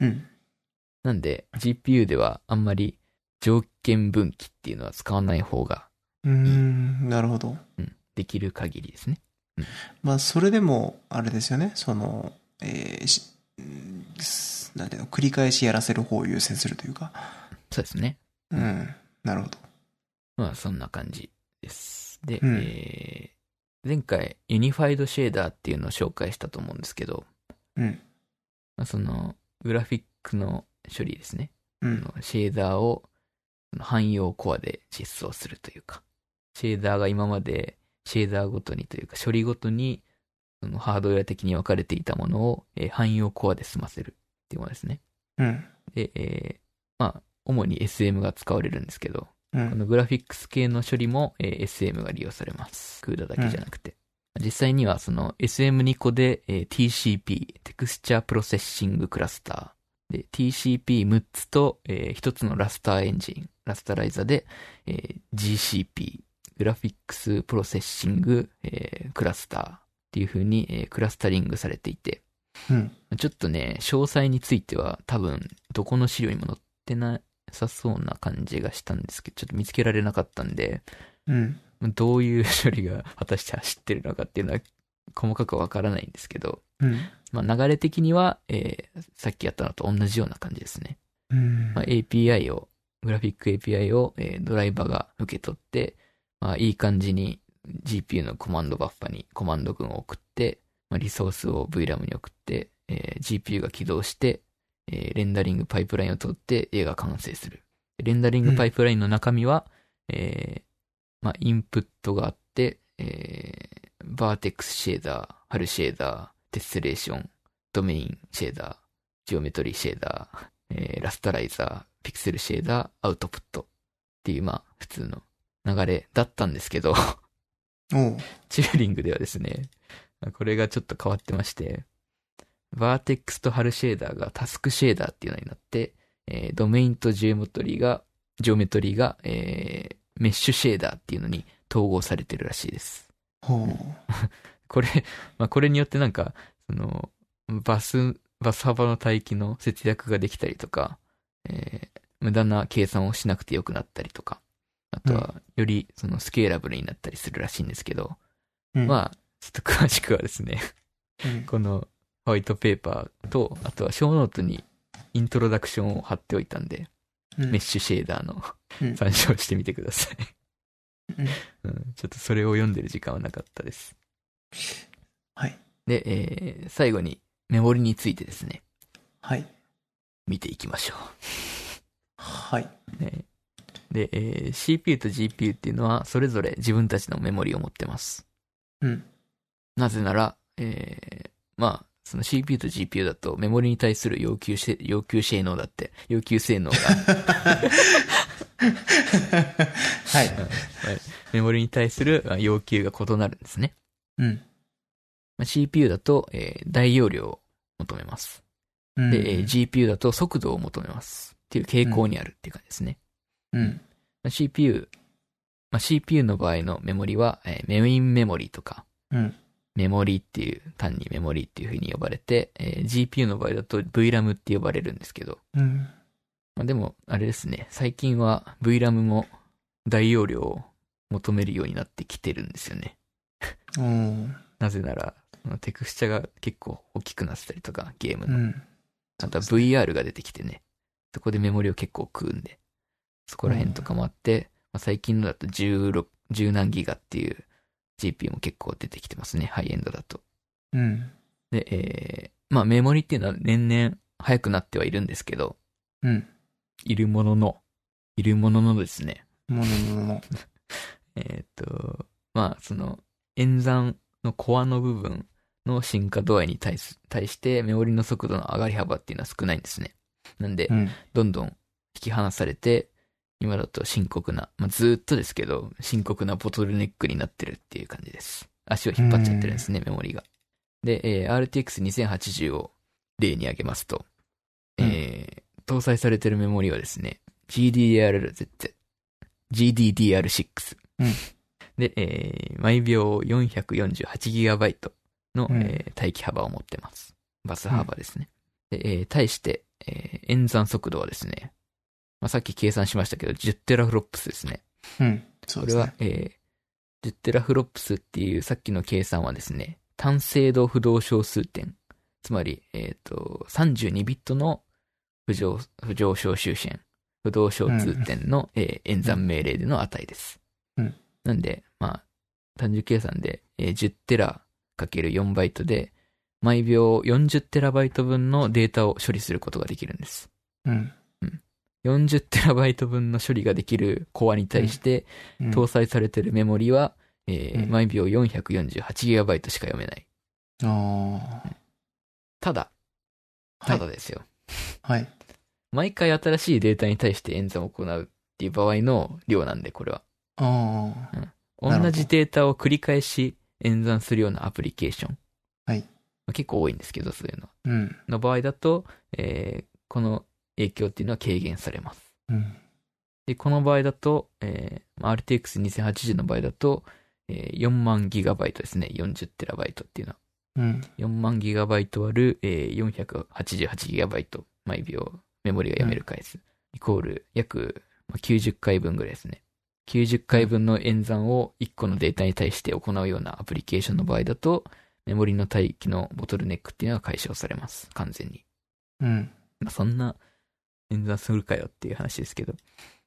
うん。なんで、GPU ではあんまり条件分岐っていうのは使わない方が、うーん。なるほど。うん、できる限りですね。まあ、それでも、あれですよね。その、えーしうんすなんていうの、繰り返しやらせる方を優先するというか。そうですね。うん。なるほど。まあ、そんな感じです。で、うんえー前回、ユニファイドシェーダーっていうのを紹介したと思うんですけど、うん。まあ、その、グラフィックの処理ですね。うん。シェーダーをその汎用コアで実装するというか、シェーダーが今までシェーダーごとにというか処理ごとにそのハードウェア的に分かれていたものを、えー汎用コアで済ませるっていうものですね。うん。で、えーまあ、主に SM が使われるんですけど、うこん。のグラフィックス系の処理も、えー SM が利用されます。CUDA だけじゃなくて。実際にはその SM2 個で、えー TCP、テクスチャープロセッシングクラスター。で、TCP6 つと、え1つのラスターエンジン、ラスタライザで、えー GCP、グラフィックスプロセッシング、えークラスターっていう風に、えークラスタリングされていて、うん。ちょっとね、詳細については多分どこの資料にも載ってなさそうな感じがしたんですけど、ちょっと見つけられなかったんで、うん。どういう処理が果たして走ってるのかっていうのは細かくわからないんですけど、うん。まあ、流れ的には、えーさっきやったのと同じような感じですね。うんまあ、API を、グラフィック API を、えードライバーが受け取って、まあ、いい感じに GPU のコマンドバッファにコマンド群を送って、まあ、リソースを VRAM に送って、えー GPU が起動して、えーレンダリングパイプラインを通って絵が完成する。レンダリングパイプラインの中身は、えーまあ、インプットがあって、えーバーテックスシェーダー、ハルシェーダー、テッセレーション、ドメインシェーダー、ジオメトリーシェーダー、えーラスタライザー、ピクセルシェーダー、アウトプットっていう、まあ、普通の流れだったんですけど、おうチューリングではですね、これがちょっと変わってまして、バーテックスとハルシェーダーがタスクシェーダーっていうのになって、えードメインとジオメトリーが、ジオメトリーが、えーメッシュシェーダーっていうのに統合されてるらしいです。ほう。これ、まあ、これによってなんか、その、バス、バス幅の帯域の節約ができたりとか、えー無駄な計算をしなくてよくなったりとか、あとは、より、その、スケーラブルになったりするらしいんですけど、うんまあ、ちょっと詳しくはですね、 うんこの、ホワイトペーパーと、あとは、小ノートに、イントロダクションを貼っておいたんで、うんメッシュシェーダーのうん参照してみてください。うんうんちょっとそれを読んでる時間はなかったです。はい。で、えー最後にメモリについてですね、はい。見ていきましょはい。う。ねで、えー CPU と GPU っていうのはそれぞれ自分たちのメモリを持ってます。うん。 なぜなら、えーまあ、その CPU と GPU だとメモリに対する要求し、要求性能だって、要求性 能が、はい。メモリに対するまあ要求が異なるんですね。うん。まあ CPU だと、えー大容量を求めます。うんで、えー GPU だと速度を求めます。っていう傾向にあるっていう感じですね。うん。まあ CPU、まあ、CPU の場合のメモリは、えーメインメモリとか、うんメモリっていう、単にメモリっていう風に呼ばれて、えー GPU の場合だと VRAM って呼ばれるんですけど、うん。まあ、でも、あれですね、最近は VRAM も大容量を求めるようになってきてるんですよね。おーなぜなら、あのテクスチャが結構大きくなってたりとか、ゲームうの。ん。あとは VR が出てきてね、そこでメモリを結構食うんで、そこら辺とかもあって、まあ、最近のだと16、10何ギガっていう GPU も結構出てきてますね、ハイエンドだと。うん。で、えー、まあメモリっていうのは年々早くなってはいるんですけど、うん。いるものの、いるもののですね、ものもの。えーっと、まあ、その、演算のコアの部分の進化度合いに対す対して、メモリの速度の上がり幅っていうのは少ないんですね。なんでう、ん。どんどん引き離されて、今だと深刻な、まあ、ずーっとですけど、深刻なボトルネックになってるっていう感じです。足を引っ張っちゃってるんですね、メモリが。で、えー RTX2080 を例に挙げますと、えー搭載されてるメモリはですね、GDDR6、GDDR6。うんで、えー毎秒 448GB の、うんえー待機幅を持ってます。バス幅ですね。でえー対して、えー演算速度はですね、まあ、さっき計算しましたけど、10テラフロップスですね。うん。そうこでれすはね。、えー10テラフロップスっていうさっきの計算はですね、単精度不動小数点つまり、えっ、と、32ビットの不上、不上昇修正、不動小通点の、えー演算命令での値です。うんなんで、まあ、単純計算で、えー10テラかける4バイトで、毎秒40テラバイト分のデータを処理することができるんです。うん。 40テラバイト分の処理ができるコアに対して、うん搭載されてるメモリは、えーうん毎秒 448GB しか読めない。ああ。ただ、はいただですよ。はい。毎回新しいデータに対して演算を行うっていう場合の量なんで、これは。あなるほど同じデータを繰り返し演算するようなアプリケーション。はいまあ結構多いんですけど、そういうの。あ。うん。の場合だと、えーこの影響っていうのは軽減されます。うん。で、この場合だと、えーまあ RTX2080 の場合だと、えー4万ギガバイトですね。40テラバイトっていうのは。うん。 4万ギガバイト割る、えー488ギガバイト毎秒メモリが読める回数。イコール約まあ90回分ぐらいですね。90回分の演算を1個のデータに対して行うようなアプリケーションの場合だと、メモリの帯域のボトルネックっていうのは解消されます。完全に。うん。まあ、そんな演算するかよっていう話ですけど。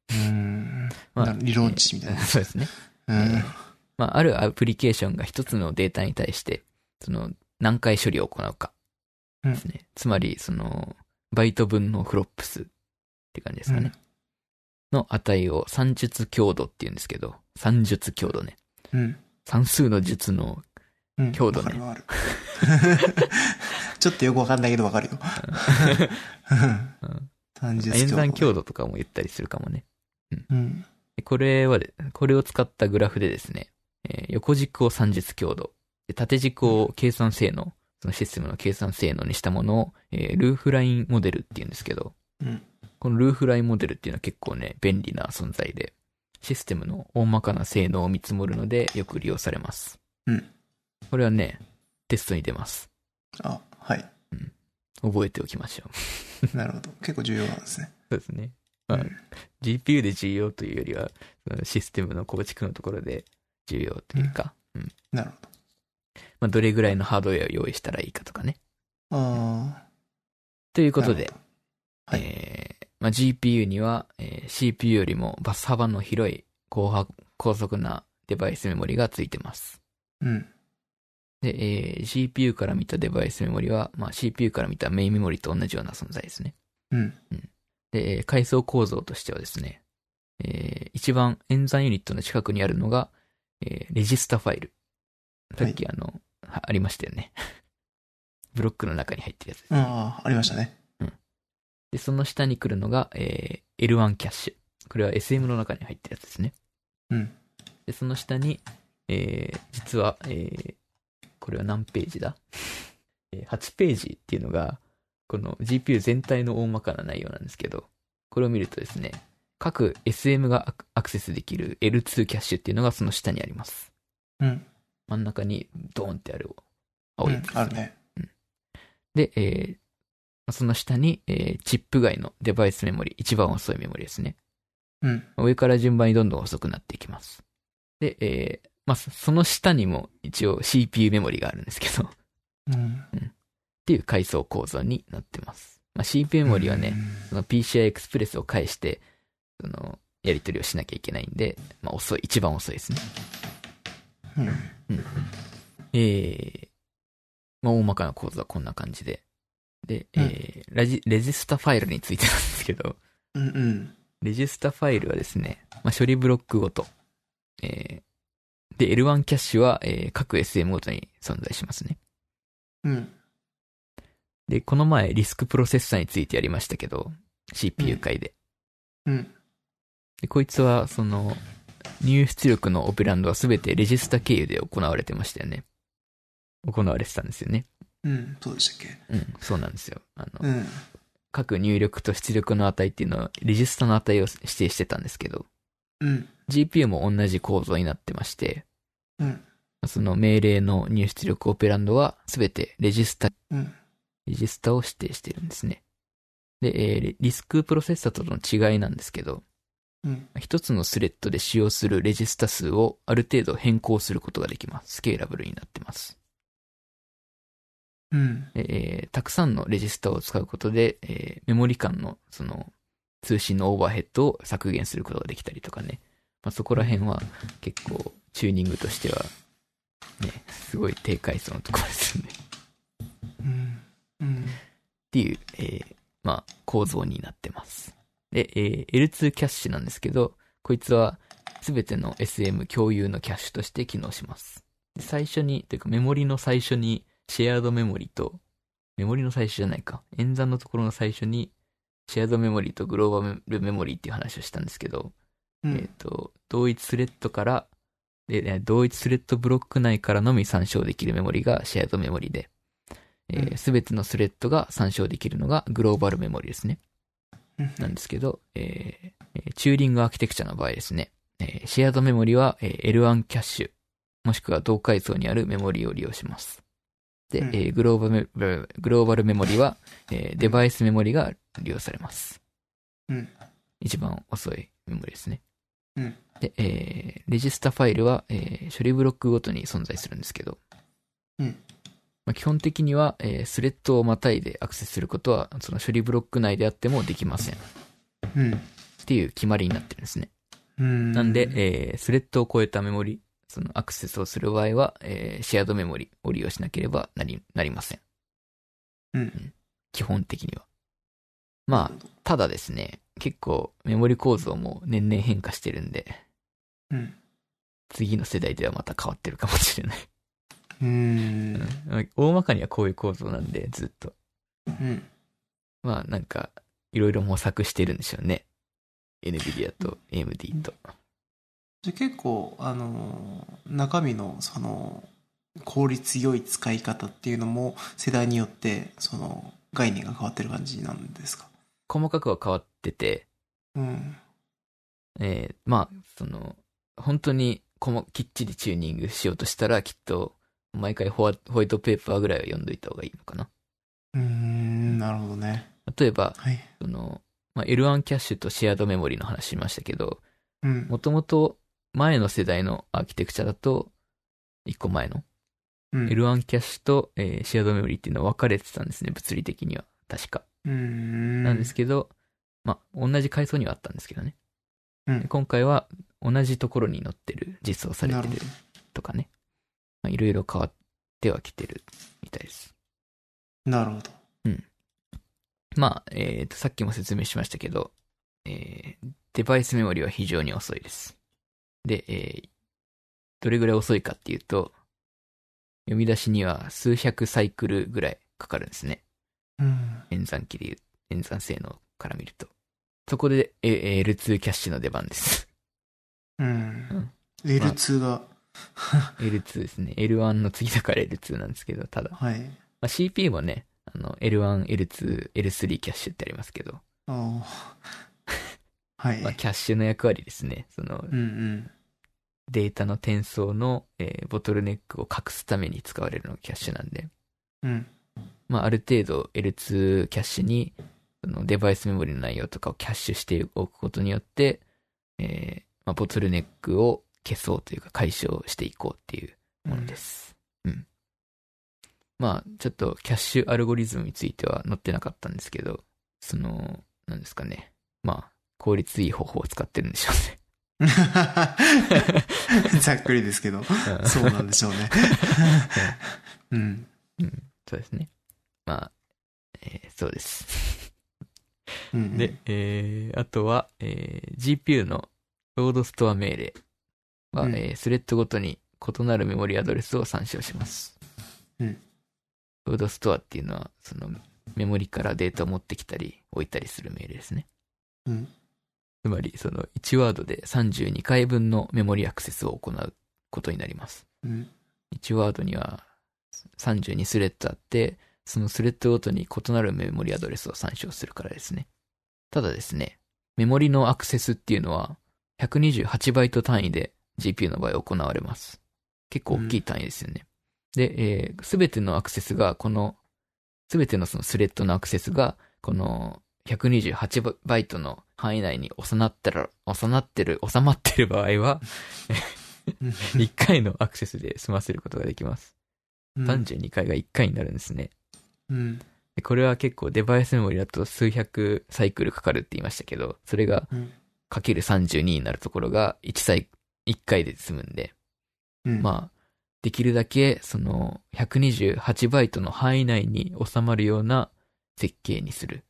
うん。まあな理論値みたいな。 そうですね。うん。まあ、あるアプリケーションが一つのデータに対して、その、何回処理を行うか。ですね。つまり、その、バイト分のフロップ数って感じですかね。の値を算術強度って言うんですけど、算術強度ね。うん。算数の術の、うん。強度ねわかるわ かる。ちょっとよくわかんないけどわかるよ。 うん単純演算強度とかも言ったりするかもね。うん。でこれはで、これを使ったグラフでですね、えー横軸を算術強度、で縦軸を計算性能、そのシステムの計算性能にしたものを、えールーフラインモデルって言うんですけど、うんこのルーフラインモデルっていうのは結構ね、便利な存在で、システムの大まかな性能を見積もるので、よく利用されます。うんこれはね、テストに出ます。あ、はい。覚えておきましょう。なるほど。 結構重要なんですね。そうですね。まあうん GPU で重要というよりは、そのシステムの構築のところで重要というか、うんなるほど。まあ、どれぐらいのハードウェアを用意したらいいかとかね。ああ。というとことで、。はいえーまあ、GPU には、えー CPU よりもバス幅の広い高波高速なデバイスメモリがついてます。うん。で、えー GPU から見たデバイスメモリは、まあ、CPU から見たメインメモリと同じような存在ですね。うん。で、えー階層構造としてはですね、えー一番演算ユニットの近くにあるのが、えーレジスタファイル。さっきあの、はありましたよね。ブロックの中に入ってるやつですねああ、ありましたね。で、その下に来るのが、えー L1 キャッシュ。これは SM の中に入ってるやつですね。うん。で、その下に、えー実は、えーこれは何ページだ えー ?8 ページっていうのが、この GPU 全体の大まかな内容なんですけど、これを見るとですね、各 SM がアクアクセスできる L2 キャッシュっていうのがその下にあります。うん。真ん中にドーンってあるう青いやんつですねあるね。で、えーまあその下に、えーチップ外のデバイスメモリ、一番遅いメモリですね。うん。上から順番にどんどん遅くなっていきます。で、えーまあ、そその下にも一応 CPU メモリがあるんですけど、っ うん。ていう階層構造になってます。まあ、CPU メモリはね、その PCI Express を介して、その、やり取りをしなきゃいけないんで、まあ、遅い、一番遅いですね。うん。えー、まあ、大まかな構造はこんな感じで。で、えーラジ、レジスタファイルについてなんですけど、うん。うん。レジスタファイルはですね、まあ、処理ブロックごと。えーで、L1 キャッシュは、えー各 SM ごとに存在しますね。うん。で、この前、リスクプロセッサーについてやりましたけど、CPU 界で。うん。で、こいつは、その、入出力のオペランドはすべてレジスタ経由で行われてましたよね。行われてたんですよね。うん。どうでしたっけうん、そうなんですよ。あの、うん。各入力と出力の値っていうのは、レジスタの値を指定してたんですけど、うん。 GPU も同じ構造になってまして、うん。その命令の入出力オペランドはすべてレジスタ、うん。レジスタを指定してるんですね。で、えーリスクプロセッサとの違いなんですけど、うん。一つのスレッドで使用するレジスタ数をある程度変更することができます。スケーラブルになってます。うん。えーたくさんのレジスタを使うことで、えーメモリ間のその通信のオーバーヘッドを削減することができたりとかね、まあ、そこら辺は結構チューニングとしては、ね、すごい低階層のところですよね。っうん。うん。ていう、えーまあ、構造になってます。で、えー L2 キャッシュなんですけど、こいつは全ての SM 共有のキャッシュとして機能します。で最初に、というかメモリの最初にシェアードメモリと、メモリの最初じゃないか、演算のところの最初にシェアードメモリとグローバルメモリっていう話をしたんですけど、うえっん。と、同一スレッドから、で、ね同一スレッドブロック内からのみ参照できるメモリがシェアドメモリで、す、えうんべ、全てのスレッドが参照できるのがグローバルメモリですね。なんですけど、えーえーチューリングアーキテクチャの場合ですね、えーシェアドメモリは、えー L1 キャッシュ、もしくは同階層にあるメモリを利用します。で、うんえーグローバルメグローバルメモリは、えーデバイスメモリが利用されます。うん。一番遅いメモリですね。うんで、えーレジスタファイルは、えー処理ブロックごとに存在するんですけど、うんまあ、基本的には、えースレッドをまたいでアクセスすることは、その処理ブロック内であってもできません。っうん。ていう決まりになってるんですね。うん。なんで、えースレッドを超えたメモリ、そのアクセスをする場合は、えーシェアドメモリを利用しなければなり、なりません。うん基本的には。まあ、ただですね、結構メモリ構造も年々変化してるんで、うん。次の世代ではまた変わってるかもしれない。うん。大まかにはこういう 構造なんで、ずっと。うん。まあなんか、いろいろ模索してるんでしょうね。NVIDIA と AMD と。じゃあ結構、あのー中身の、その、効率良い使い方っていうのも、世代によって、その、概念が変わってる感じなんですか細かくは変わってて、うん。えーまあ、その、本当にこもきっちりチューニングしようとしたら、きっと、毎回ホワホワイトペーパーぐらいは読んどいた方がいいのかな。うーん、なるほどね。例えば、はい。その、まあ、L1 キャッシュとシェアドメモリの話しましたけど、うん。もともと前の世代のアーキテクチャだと、一個前のうん。 L1 キャッシュと、えーシェアドメモリっていうのは分かれてたんですね、物理的には。確か。うん。なんですけど、まあ、同じ階層にはあったんですけどね。うんで今回は同じところに載ってる、実装されなてるほるど。とかね。まあいろいろ変わってはきてるみたいです。なるほど。まあ、えっ、と、さっきも説明しましたけど、えーデバイスメモリは非常に遅いです。で、えーどれぐらい遅いかっていうと、読み出しには数百サイクルぐらいかかるんですね。うん。演算機でいう、演算性能から見ると。そこで、えー L2 キャッシュの出番です。 うん。L2 が、 L2 ですね。L1 の次だから L2 なんですけど、ただ。まはい。あ、CPU もね、あの、L1、L2、L3 キャッシュってありますけど、あ あ。はい。まあ、キャッシュの役割ですね。その、うんうん。データの転送の、えーボトルネックを隠すために使われるのがキャッシュなんで、うん。まあ、ある程度 L2 キャッシュに、そのデバイスメモリの内容とかをキャッシュしておくことによって、えーまあ、ボトルネックを消そうというか解消していこうっていうものです。うん。まあ、ちょっとキャッシュアルゴリズムについては載ってなかったんですけど、その、なんですかね。まあ、効率いい方法を使ってるんでしょ ざっくりですけど、 うね。そうなんでしょう ね。うん。うん、そうですね。まあ、えーそうです。うん。で、、えーあとは、えー GPU のロードストア命令は、うんえースレッドごとに異なるメモリアドレスを参照します。うんロードストアっていうのは、そのメモリからデータを持ってきたり置いたりする命令ですね。うん。つまり、その1ワードで32回分のメモリアクセスを行うことになります。うん。 1ワードには32スレッドあって、そのスレッドごとに異なるメモリアドレスを参照するからですね。ただですね、メモリのアクセスっていうのは128バイト単位で GPU の場合行われます。結構大きい単位ですよね。で、す、べ、てのアクセスがこの、すべてのそのスレッドのアクセスがこの128バイトの範囲内に収まったら、収まってる、収まってる場合は、1回のアクセスで済ませることができます。うん。 32回が1回になるんですね。うん。でこれは結構デバイスメモリだと数百サイクルかかるって言いましたけど、それがうんかける32になるところが1サイ、1回で済むんで、うん。まあ、できるだけその128バイトの範囲内に収まるような設計にするっ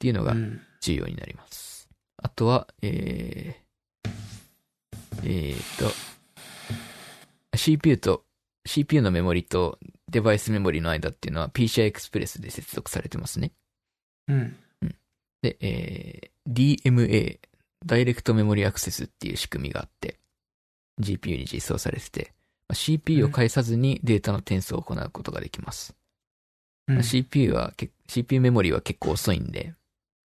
ていうのがうん。重要になります。あとは、えー、えーと、CPU と、CPU のメモリとデバイスメモリの間っていうのは PCI Express で接続されてますね。うん。で、えー DMA、ダイレクトメモリアクセスっていう仕組みがあって、GPU に実装されてて、まあ CPU を介さずにデータの転送を行うことができます。うんまあ CPU はけ、CPU メモリは結構遅いんで、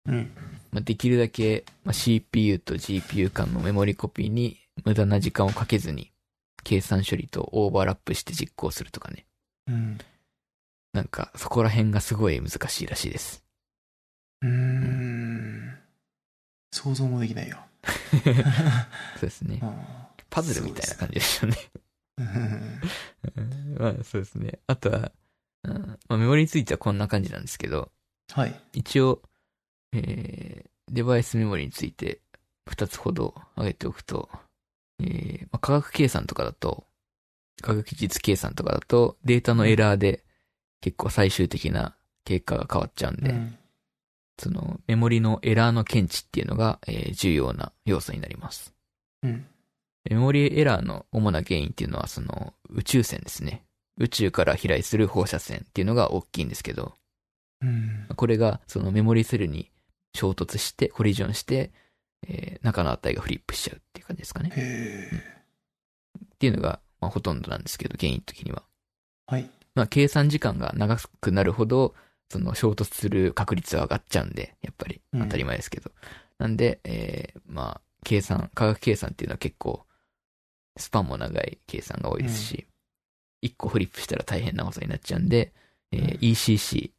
うん。まあ、できるだけ、まあ、CPU と GPU 間のメモリコピーに無駄な時間をかけずに、計算処理とオーバーラップして実行するとかね。うん。なんか、そこら辺がすごい難しいらしいです。うーん。想像もできないよ。そうですねう。んパズルみたいな感じでしたね。うん まあ、そうですね。あとは、うんまあ、メモリについてはこんな感じなんですけど、 はい。一応、えーデバイスメモリについて2つほど挙げておくと、えーまあ、科学計算とかだと、科学技術計算とかだと、データのエラーで結構最終的な結果が変わっちゃうんで、うんそのメモリのエラーの検知っていうのが、えー重要な要素になります。うん。メモリエラーの主な原因っていうのは、その宇宙線ですね。宇宙から飛来する放射線っていうのが大きいんですけど、うん。これがそのメモリセルに衝突して、コリジョンして、えー中の値がフリップしちゃうっていう感じですかね。へえ。っていうのが、まあ、ほとんどなんですけど、原因的には。はい。まあ、計算時間が長くなるほど、その衝突する確率は上がっちゃうんで、やっぱりうん当たり前ですけど。なんで、えーまあ、計算、科学計算っていうのは結構、スパンも長い計算が多いですし、一個フリップしたら大変なことになっちゃうんで、えーうん ECC、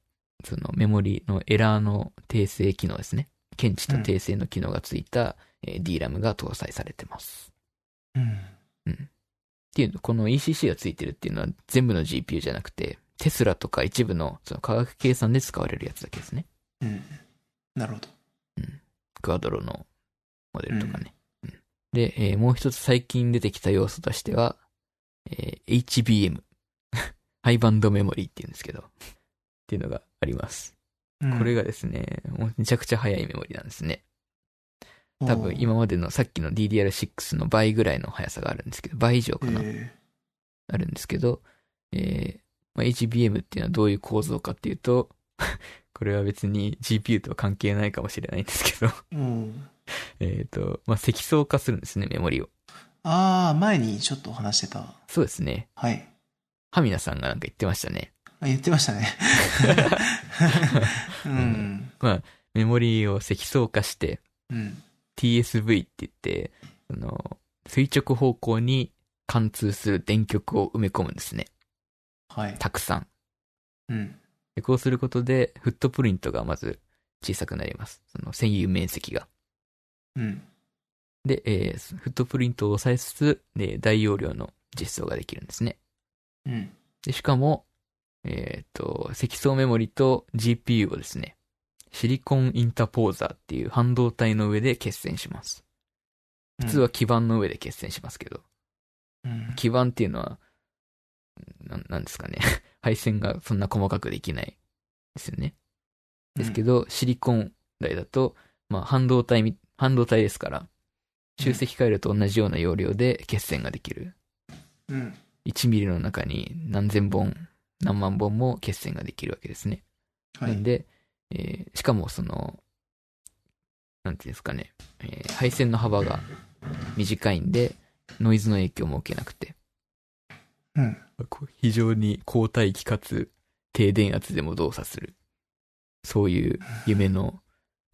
そのメモリのエラーの訂正機能ですね。検知と訂正の機能がついた、えー DRAM が搭載されてます。うん。っていうの、この ECC がついてるっていうのは全部の GPU じゃなくて、テスラとか一部のその科学計算で使われるやつだけですね。うん。なるほど。クアドロのモデルとかね。うんで、えーもう一つ最近出てきた要素としては、えー HBM。ハイバンドメモリーっていうんですけど、っていうのがあります。これががですね、もうめちゃくちゃ速いメモリなんですね。多分今までのさっきの DDR6 の倍ぐらいの速さがあるんですけど、倍以上かな。へあるんですけど、えーまあ、HBM っていうのはどういう構造かっていうと、 これは別に GPU とは関係ないかもしれないんですけど、 え。うん。えっと、まあ、積層化するんですね、メモリを。ああ、前にちょっとお話してた。そうですね。はい。ハミナさんがなんか言ってましたね。あ言ってま したね。うん。メモリを積層化して、うん。 TSV って言って、その、垂直方向に貫通する電極を埋め込むんですね。はい。たくさん。うん。でこうすることで、フットプリントがまず小さくなります。その、占有面積が。うん。で、えーフットプリントを抑えつつ、で大容量の実装ができるんですね。うん。で、しかも、えっ、と、積層メモリと GPU をですね、シリコンインターポーザーっていう半導体の上で決戦します。普通は基板の上で決戦しますけど、うん、基板っていうのは、ななんですかね、 配線がそんな細かくできないですよね。ですけど、ど、シリコン台だと、まあ、半導体み、半導体ですから、集積回路と同じような容量で決線ができる。うん。 1ミリの中に何千本、何万本も決線ができるわけですね。はなんい。で、えーしかもその、なんていうんですかね、えー配線の幅が短いんで、ノイズの影響も受けなくて、うん。こう非常に高帯域かつ低電圧でも動作する。そういう夢の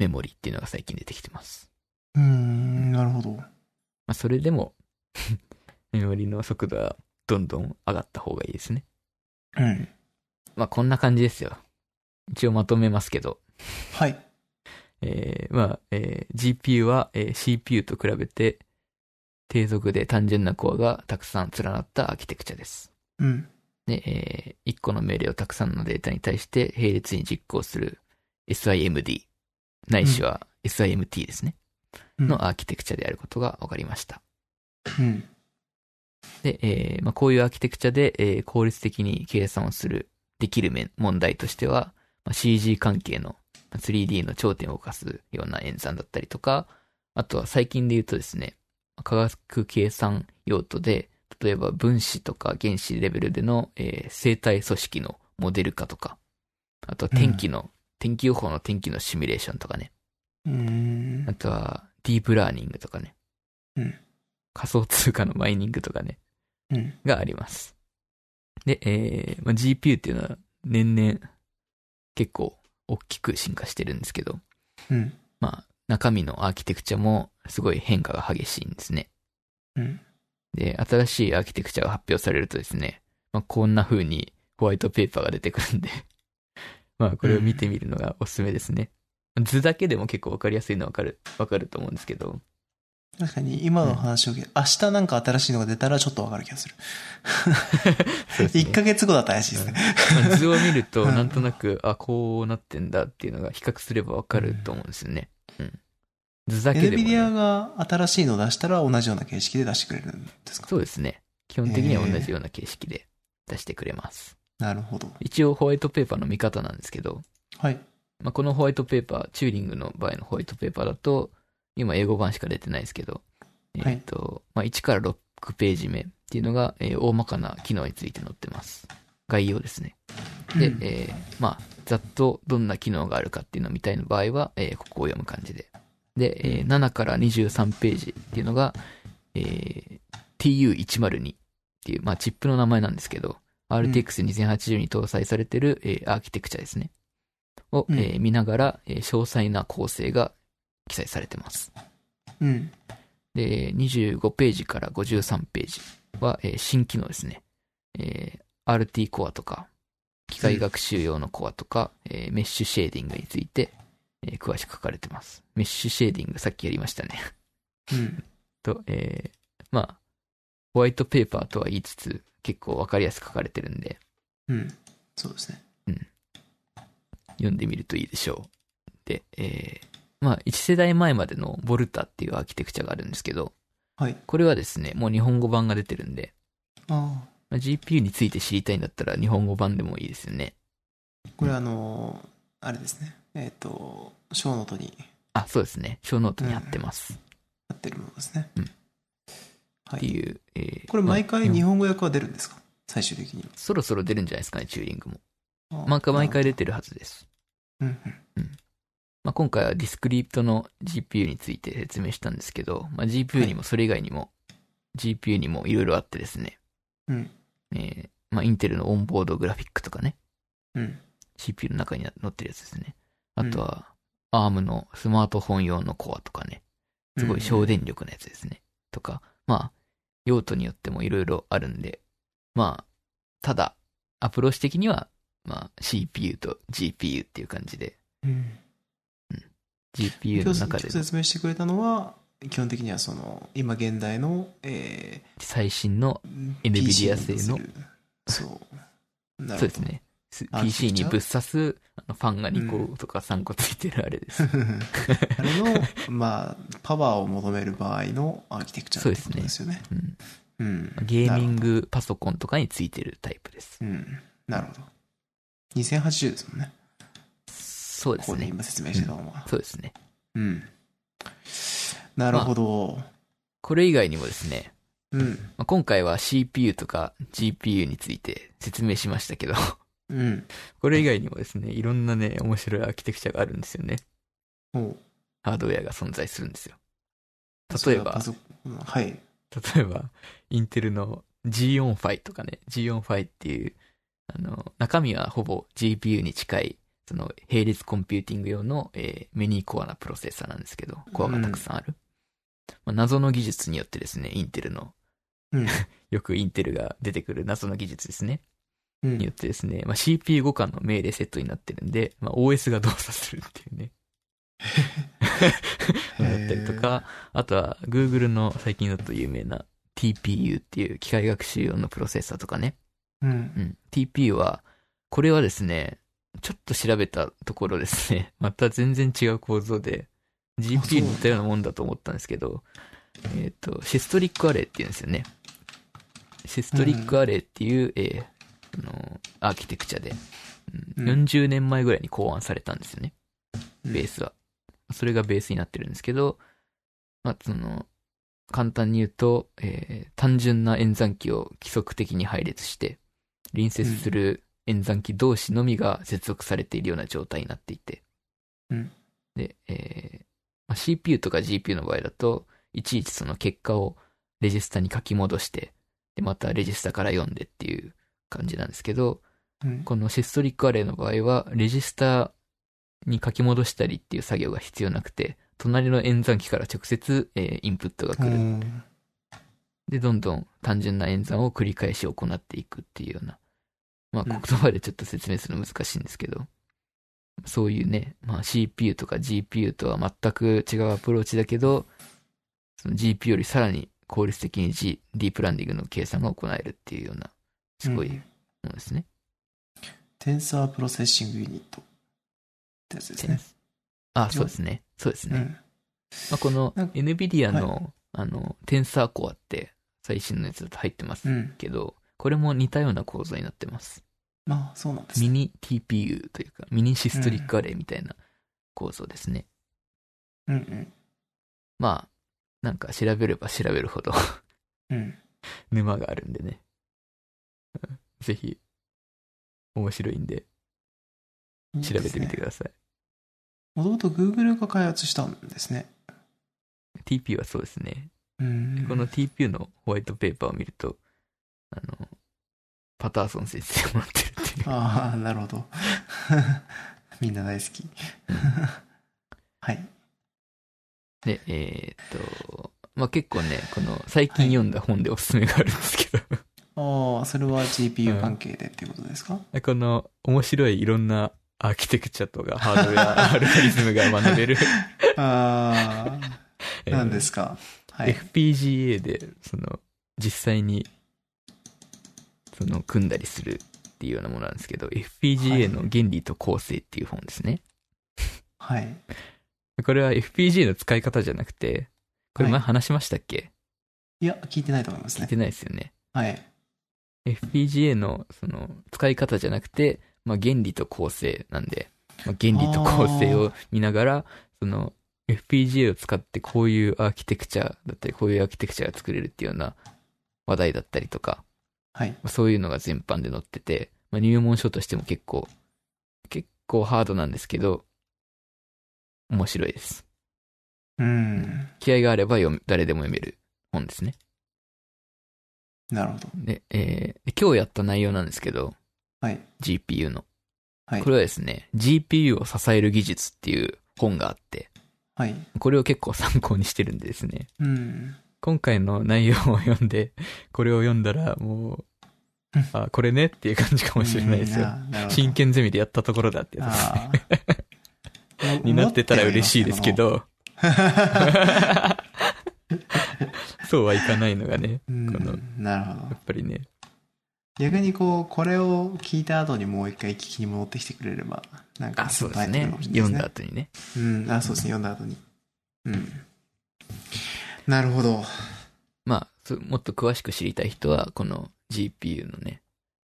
メモリっていうのが最近出てきてます。うーん、なるほど。まあ、それでも、 メモリの速度はどんどん上がった方がいいですね。うん。まあ、こんな感じですよ。一応まとめますけど。はい。えーまあ、えー GPU は、えー CPU と比べて低速で単純なコアがたくさん連なったアーキテクチャです。うん。で、えー1個の命令をたくさんのデータに対して並列に実行する SIMD、ないしは SIMT ですね、うんのアーキテクチャであることが分かりました。うん。で、えーまあ、こういうアーキテクチャで、えー効率的に計算をする、できる面問題としては、まあ、CG 関係のまあ 3D の頂点を動かすような演算だったりとか、あとは最近で言うとですね、科学計算用途で、例えば分子とか原子レベルでの、えー生体組織のモデル化とか、あとは天気の、天気予報の天気のシミュレーションとかね、うーんあ。とは、ディープラーニングとかね。うん仮想通貨のマイニングとかね、うん。があります。で、えーまあ、GPU っていうのは年々結構大きく進化してるんですけど、うん。まあ、中身のアーキテクチャもすごい変化が激しいんですね。うん。で、新しいアーキテクチャが発表されるとですね、まあ、こんな風にホワイトペーパーが出てくるんで、 まあ、これを見てみるのがおすすめですね。図だけでも結構わかりやすいのわかる、わかると思うんですけど、確かに今の話を聞いて、明日なんか新しいのが出たらちょっとわかる気がする。そうですね1ヶ月後だと怪しいですね。うん図を見ると、うんなんとなく、あ、こうなってんだっていうのが比較すればわかると思うんですよね。うん。図だけでも、 NVIDIA ね。が新しいのを出したら同じような形式で出してくれるんですかそうですね。基本的には同じような形式で出してくれます。なるほど。一応ホワイトペーパーの見方なんですけど、はい。まあ、このホワイトペーパー、チューリングの場合のホワイトペーパーだと、今英語版しか出てないですけど、えっ、はいと、まあ、1から6ページ目っていうのが、えー大まかな機能について載ってます。概要ですね。で、うんえーまあ、ざっとどんな機能があるかっていうのを見たいの場合は、えーここを読む感じで。で、えー7から23ページっていうのが、えー TU102 っていう、まあ、チップの名前なんですけど、RTX2080 に搭載されてる、えーアーキテクチャですね。を、うんえー見ながら、えー詳細な構成が記載されてます。うん。で、25ページから53ページは、えー新機能ですね。えー RT コアとか、機械学習用のコアとか、えーメッシュシェーディングについて、えー詳しく書かれてます。メッシュシェーディングさっきやりましたね。 うん。と、えーまあ、ホワイトペーパーとは言いつつ、結構わかりやすく書かれてるんで、うん。そうですね。読んでみるといいでしょう。で、えーまあ、1世代前までのボルタっていうアーキテクチャがあるんですけど、はいこれはですね、もう日本語版が出てるんで、あまあ GPU について知りたいんだったら日本語版でもいいですよね。あ。これあのーあれですね。えっ、と、ショーノートにあ、そうですね。小ノートに貼ってます。なってるものですね。うんはってい。いう。えーこれ毎回まあ日本語訳は出るんですか最終的には。そろそろ出るんじゃないですかね、チューリングも。ああ毎回毎回。出てるはずです。うんまあ、今回はディスクリプトの GPU について説明したんですけど、まあ、GPU にもそれ以外にも、GPU にもいろいろあってですね。うんえーまあ、インテルのオンボードグラフィックとかね。うん。うん。 CPU の中に載ってるやつですね。あとは、ARM のスマートフォン用のコアとかね。すごい省電力のやつですね。とか、まあ、用途によってもいろいろあるんで、まあ、ただ、アプローチ的には、まあ、CPU と GPU っていう感じで、うん。 GPU 今の日中で今日説明してくれたのは基本的にはその今現代の、え最新の、ー、 NVIDIA PC に製の乗せるそうなるそうですね、すあ PC にちっちゃぶっ刺すあのファンが2う個とか3個ついてるあれです。あれの、まあ、パワーを求める場合のアーキテクチャってことですよね。うんうん、ゲーミング。グパソコンとかについてるタイプですう。ん。なるほど。2080ですもんね。そうでこすこでね。今説明してたのは。そうですね。うん。なるほど。これ以外にもですね、うん。まあ今回は CPU とか GPU について説明しましたけど、うん。これ以外にもですね、いろんなね、面白いアーキテクチャがあるんですよね。おうハードウェアが存在するんですよ。例えばパ、ソコンはい。例えば、インテルの G4 ファイとかね、G4 ファイっていう、あの、中身はほぼ GPU に近い、その、並列コンピューティング用の、えーメニーコアなプロセッサーなんですけど、コアがたくさんある。まあ謎の技術によってですね、インテルの、うん。よくインテルが出てくる謎の技術ですね。うによっん。てですね、まあ、CPU5 間の命令セットになってるんで、まあ、OS が動作するっていうね。へ ーだったりとか、あとは Google の最近だと有名な TPU っていう機械学習用のプロセッサーとかね、うん。うん。TP は、これはですね、ちょっと調べたところですね、 また全然違う構造で、GP に似たようなもんだと思ったんですけど、えっ、と、シストリックアレイって言うんですよね。シストリックアレイっていう、えーあのアーキテクチャで、うんうん40年前ぐらいに考案されたんですよね。うんベースは。それがベースになってるんですけど、まあ、その、簡単に言うと、えー単純な演算機を規則的に配列して、隣接する演算機同士のみが接続されているような状態になっていて。うんで、えーまあ CPU とか GPU の場合だと、いちいちその結果をレジスタに書き戻して、で、またレジスタから読んでっていう感じなんですけど、うんこのシストリックアレイの場合は、レジスタに書き戻したりっていう作業が必要なくて、隣の演算機から直接、えーインプットがう来る。んで、どんどん単純な演算を繰り返し行っていくっていうような。まあ、うん言葉でちょっと説明するの難しいんですけど、そういうね、まあ CPU とか GPU とは全く違うアプローチだけど、その GPU よりさらに効率的に G、ディープランディングの計算が行えるっていうような、すごいものですね。テンサープロセッシングユニットってやつですね。あ、そうですね。そうですね。うんまあ、このなんか NVIDIA の,、あの、テンサーコアって最新のやつだと入ってますうん。けど、これも似たような構造になってます。まあ、そうなんですミね。ニ TPU というか、ミニシストリックアレイみたいな構造ですね。うんまあ、なんか調べれば調べるほど うん。うん。沼があるんでね。うんぜひ、面白いんで、調べてみてくだださい。さい。もともと Google が開発したんですね。 TPU はそうですね。うん。この TPU のホワイトペーパーを見ると、あの、パターソン先生もなってるっていう。ああ、なるほど。 みんな大好き。はい。で、えーっと、まあ、結構ね、この最近読んだ本でおすすめがあるんですけど、ああ、それは GPU 関係でっていうことですか、この面白いいろんなアーキテクチャ とかハードウェア、アルゴリズムが学べる、あ あ、 なんですか。はい。 FPGA で、その、実際に、その、組んだりするっていうようなものなんですけど、FPGA の原理と構成っていう本ですね。はい。これは FPGA の使い方じゃなくて、これ前はい話しましたっけ、いや、聞いてないと思います聞いね。てないですよね。はい。 FPGA のその使い方じゃなくて、まあ、原理と構成なんで、まあ、原理と構成を見ながら、その FPGA を使ってこういうアーキテクチャだったり、こういうアーキテクチャが作れるっていうような話題だったりとか、はい。そういうのが全般で載ってて、まあ、入門書としても結構、結構ハードなんですけど、面白いです。うん。気合があれば読み誰でも読める本ですね。なるほど。で、えー今日やった内容なんですけど、はい。 GPU の。はいこ。れはですね、GPU を支える技術っていう本があって、はい。これを結構参考にしてるんでですね、うん。今回の内容を読んで、これを読んだらもううん、あ、これねっていう感じかもしれないですうんよ。あーなるほど真剣ゼミでやったところだってやつあー になってたら嬉しいです け。ど、そうはいかないのがね、うんこのなるほやどっ。ぱりね、逆にこう、これを聞いた後にもう一回聞きに戻ってきてくれれば、なんか、あ、そうですね。読んだ。後にね。うん、あ、そうですね、読んだ後に。うん。なるほど。まあ、そもっと詳しく知りたい人は、この GPU のね、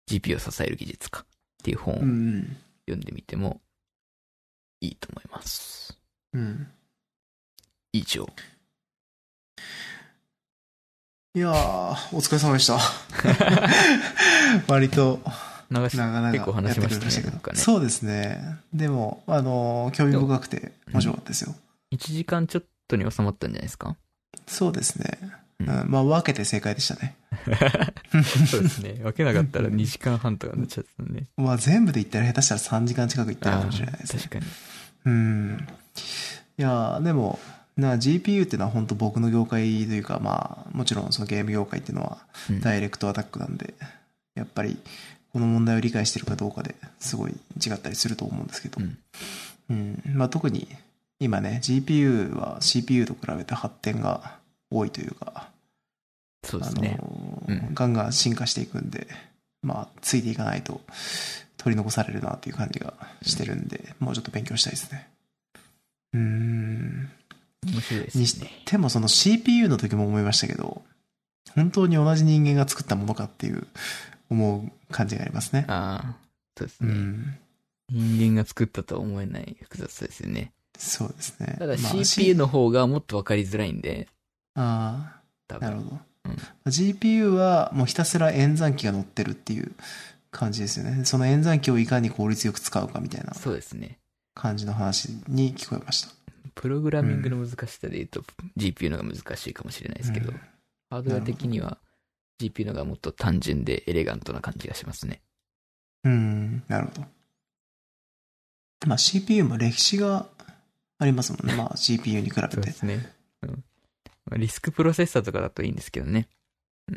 GPU を支える技術かっていう本をうんうん。読んでみてもいいと思います。うん。以上。いやー、お疲れ様で した。割と、流し、なかなか結構話しましたねやってくれなんかねそうですね。でも、あのー、興味深くて面白かったですよ。 1時間ちょっとに収まったんじゃないですかそうですね。うんうん、まあ、分けて正解でしたね。そうです ね。分けなかったら2時間半とかになっちゃったんで。まあ、全部で言ったら下手したら3時間近くいったかもしれないですね。確かに。うん。いやーでも、な GPU っていうのは本当僕の業界というか、まあ、もちろんそのゲーム業界っていうのはうんダイレクトアタックなんで、やっぱりこの問題を理解してるかどうかですごい違ったりすると思うんですけど、うんうんまあ、特に今ね GPU は CPU と比べて発展が多いというかそうであすね。のうんガンガン進化していくんで、まあ、ついていかないと取り残されるなっていう感じがしてるんで、もうちょっと勉強したいですね。うーん。面白いでにすしね。てもその CPU の時も思いましたけど、本当に同じ人間が作ったものかっていう思う感じがありますね。ああ、そうですうね、ん。人間が作ったとは思えない複雑さですよね。そうですね。ただまあ CPU の方がもっとわかりづらいんで、あ多あ、なる分。ほど。うん GPU はもうひたすら演算機が乗ってるっていう感じですよね。その演算機をいかに効率よく使うかみたいなそうですね。感じの話に聞こえました。プログラミングの難しさで言うと、GPU の方が難しいかもしれないですけど、うんハードウェア的には GPU の方がもっと単純でエレガントな感じがしますね。うん、なるほど。まあ CPU も歴史がありますもんね。まあ GPU に比べそうでて。すね。うんまあリスクプロセッサーとかだといいんですけどね、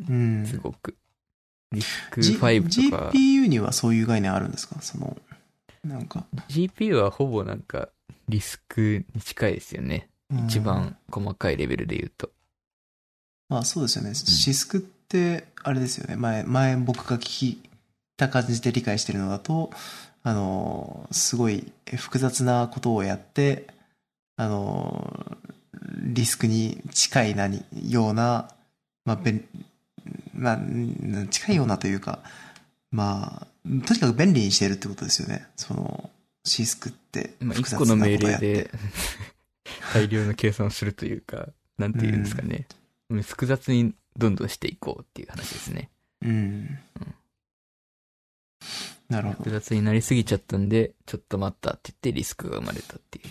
うん。すごく。リスク G- 5とか、 GPU にはそういう概念あるんですかその、なんか。 GPU はほぼなんかリスクに近いですよね。うん一。番細かいレベルで言うと。まあそうですよね。シスクって、あれですよね。前、前僕が聞いた感じで理解してるのだと、あの、すごい複雑なことをやって、あの、リスクに近いなに、ような、まあ、べんまあ、ん近いようなというか、まあ、とにかく便利にしてるってことですよね。その、シスクってまあ、複雑な一個ことのを命や令って。で 大量の計算をするというか、なんていうんですかね。うん複雑にどんどんしていこうっていう話ですね。うん。なるほ複ど。雑になりすぎちゃったんで、ちょっと待ったって言ってリスクが生まれたっていう。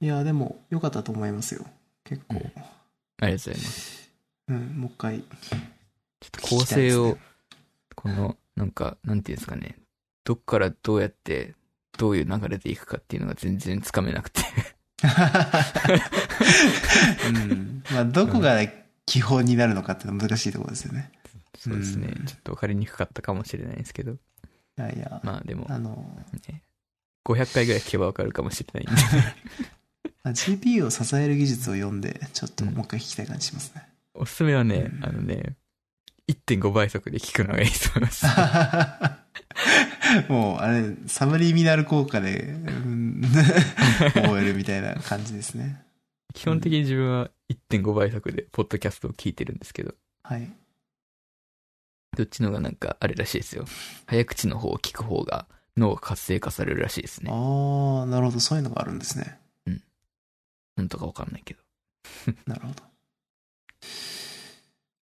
いや、でも、良かったと思いますよ。結構。ありがとうございます。うん、もう一回。ちょっと構成を、聞きたいですこの、なんか、なんていうんですかね。どっからどうやって、どういう流れでいくかっていうのが全然つかめ なくて。うん。 まあ、どこが基本になるのかっていうのは難しいところですよね。そうですねう。んちょっと分かりにくかったかもしれないですけど。いやいや、まあでも、あの、 ね、500回ぐらい聞けば分かるかもしれないんで。まあ GPU を支える技術を読んで、ちょっともう一回聞きたい感じしますね。 おすすめはねう、んあのね、1.5倍速で聞くのがいいと思います。もう、あれ、サブリミナル効果で、うん、 覚えるみたいな感じですね。基本的に自分は1.5倍速で、ポッドキャストを聞いてるんですけど、はい。どっちのがなんかあれらしいですよ。早口の方を聞く方が脳が活性化されるらしいですね。ああ、なるほど。そういうのがあるんですね。なんとかわかんないけど。なるほど。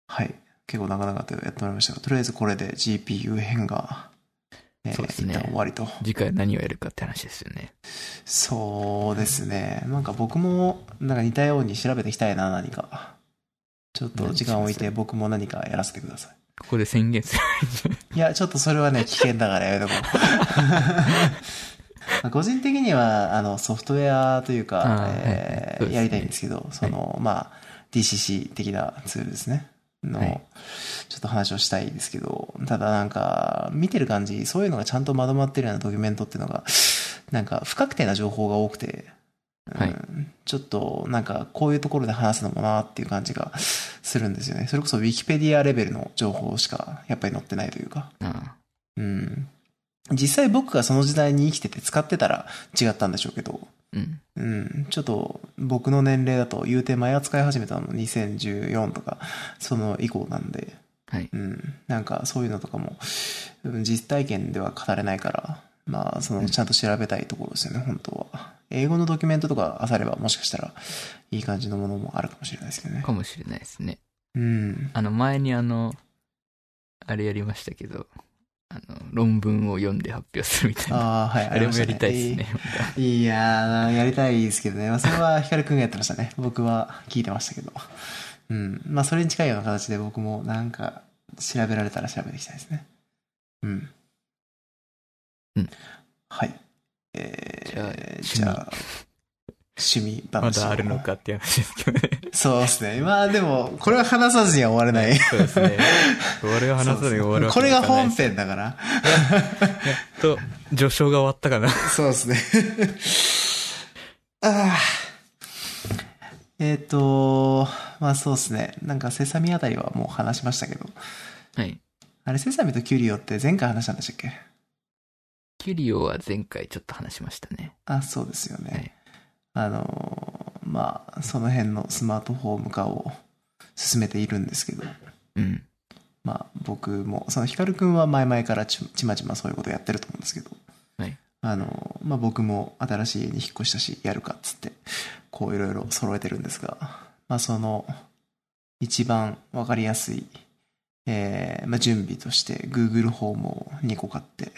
はい。結構長々とやってもらいましたが、とりあえずこれで GPU 編が、えーそうですね一旦終わりと。次回何をやるかって話ですよね。そうですね。なんか僕も、なんか似たように調べていきたいな、何か。ちょっと時間を置いて僕も何かやらせてくださここで宣言する。い。いや、ちょっとそれは ね、危険だからやめとこう。 個人的には、あの、ソフトウェアというかあ、えーーはいはいそうですねやりたいんですけど、その、まあ、DCC 的なツールですね。の、はいちょっと話をしたいですけど、ただなんか、見てる感じ、そういうのがちゃんとまとまってるようなドキュメントっていうのが、なんか不確定な情報が多くて、うんはいちょっとなんかこういうところで話すのもなっていう感じがするんですよね。それこそ Wikipedia レベルの情報しかやっぱり載ってないというか。 あうん。実際僕がその時代に生きてて使ってたら違ったんでしょうけど、あうん。うん、ちょっと僕の年齢だと言うて前扱い始めたのも2014とかその以降なんで、はい。うん、なんかそういうのとかもうん実体験では語れないからまあそのちゃんと調べたいところですよね、本当は英語のドキュメントとか漁ればもしかしたらいい感じのものもあるかもしれないですけどねかもしれないですね。うんあの、前にあの、あれやりましたけど、あの、論文を読んで発表するみたいな。ああはいあれもやりたいですねね。いやー、やりたいですけどね。まあ、それは光くんがやってましたね。 僕は聞いてましたけど。うん。まあ、それに近いような形で僕もなんか調べられたら調べていきたいですね。うん。うん。はい。 えー、じじゃゃああ、趣味ま話をだあるの。かっていう話ですけどね。そうですね。まあ、でも、これは話さずには終われない。そうですね。俺が 話すのに終わるわこけれにいがかない本です編だから。と、序章が終わったかな。そうですね。 ああ。えっ、と、まあそうですね。なんかセサミあたりはもう話しましたけど、はい。あれ、セサミとキュリオって前回話したんでしたっけキュリオは前回ちょっと話しましたね。あ、そうですよね。あのー、まあ、その辺のスマートフォーム化を進めているんですけど、うん。まあ、僕も、そのヒカルくんは前々からちちまちまそういうことやってると思うんですけど、はいあの、まあ僕も新しい家に引っ越したし、やるかっつって、こういろいろ揃えてるんですが、まあその、一番わかりやすい、えー、まあ準備として、Google ホームを2個買って、うん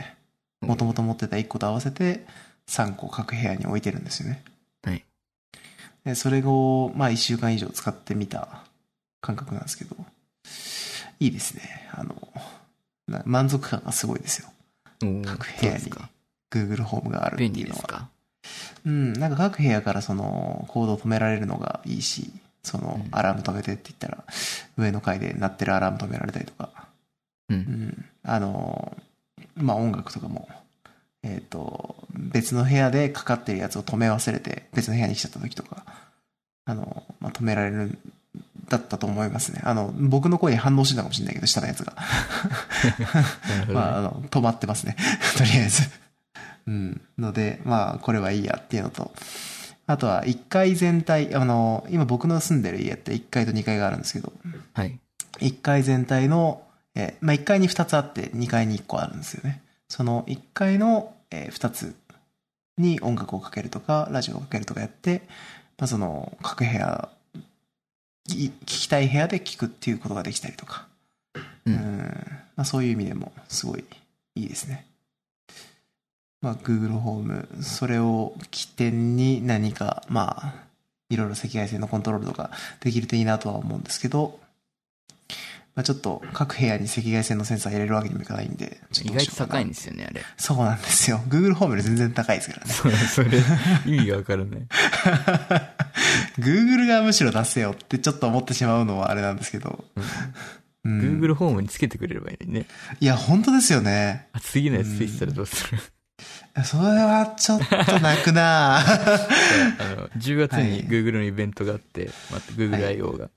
もともと持ってた1個と合わせて、3個各部屋に置いてるんですよね。はい。で、それを、まあ1週間以上使ってみた感覚なんですけど、いいですね。あの、な満足感がすごいですよ。各部屋に Google ホームがあるって便い利うでのすは。かうん、なんか各部屋からそのコードを止められるのがいいし、そのうんアラーム止めてって言ったら、上の階で鳴ってるアラーム止められたりとか、う。うんん、あの、まあ、音楽とかも、えっ、と、別の部屋でかかってるやつを止め忘れて、別の部屋に来ちゃった時とか、あの、まあ、止められるんだったと思いますね。あの、僕の声に反応してたかもしれないけど、下のやつが。なるほどね。まあ、あの、止まってますね。 とりあえず。うん。ので、まあ、これはいいやっていうのと、あとは1階全体、あの、今僕の住んでる家って1階と2階があるんですけど、はい。 1階全体の、えーまあ、1階に2つあって2階に1個あるんですよね。その1階の、え2つに音楽をかけるとか、ラジオをかけるとかやって、まあ、その各部屋、い聞きたい部屋で聞くっていうことができたりとか、うんまあ、そういう意味でもすごいいいですね。まあ、Google ホーム、それを起点に何か、まあ、いろいろ赤外線のコントロールとかできるといいなとは思うんですけど、まあ、ちょっと各部屋に赤外線のセンサー入れるわけにもいかないんで、ちょっ意どう外しよとうかな高いんですよね、あれ。そうなんですよ。Google ホームより全然高いですからね。そう、それ、意味がわからない。 Google がむしろ出せよってちょっと思ってしまうのはあれなんですけど。うん、 Google ホームにつけてくれればいいのにね。いや、本当ですよね。あ、次のやつついてたらどうするそれはちょっと泣くな あの、10月はいに Google のイベントがあって、また GoogleIO が。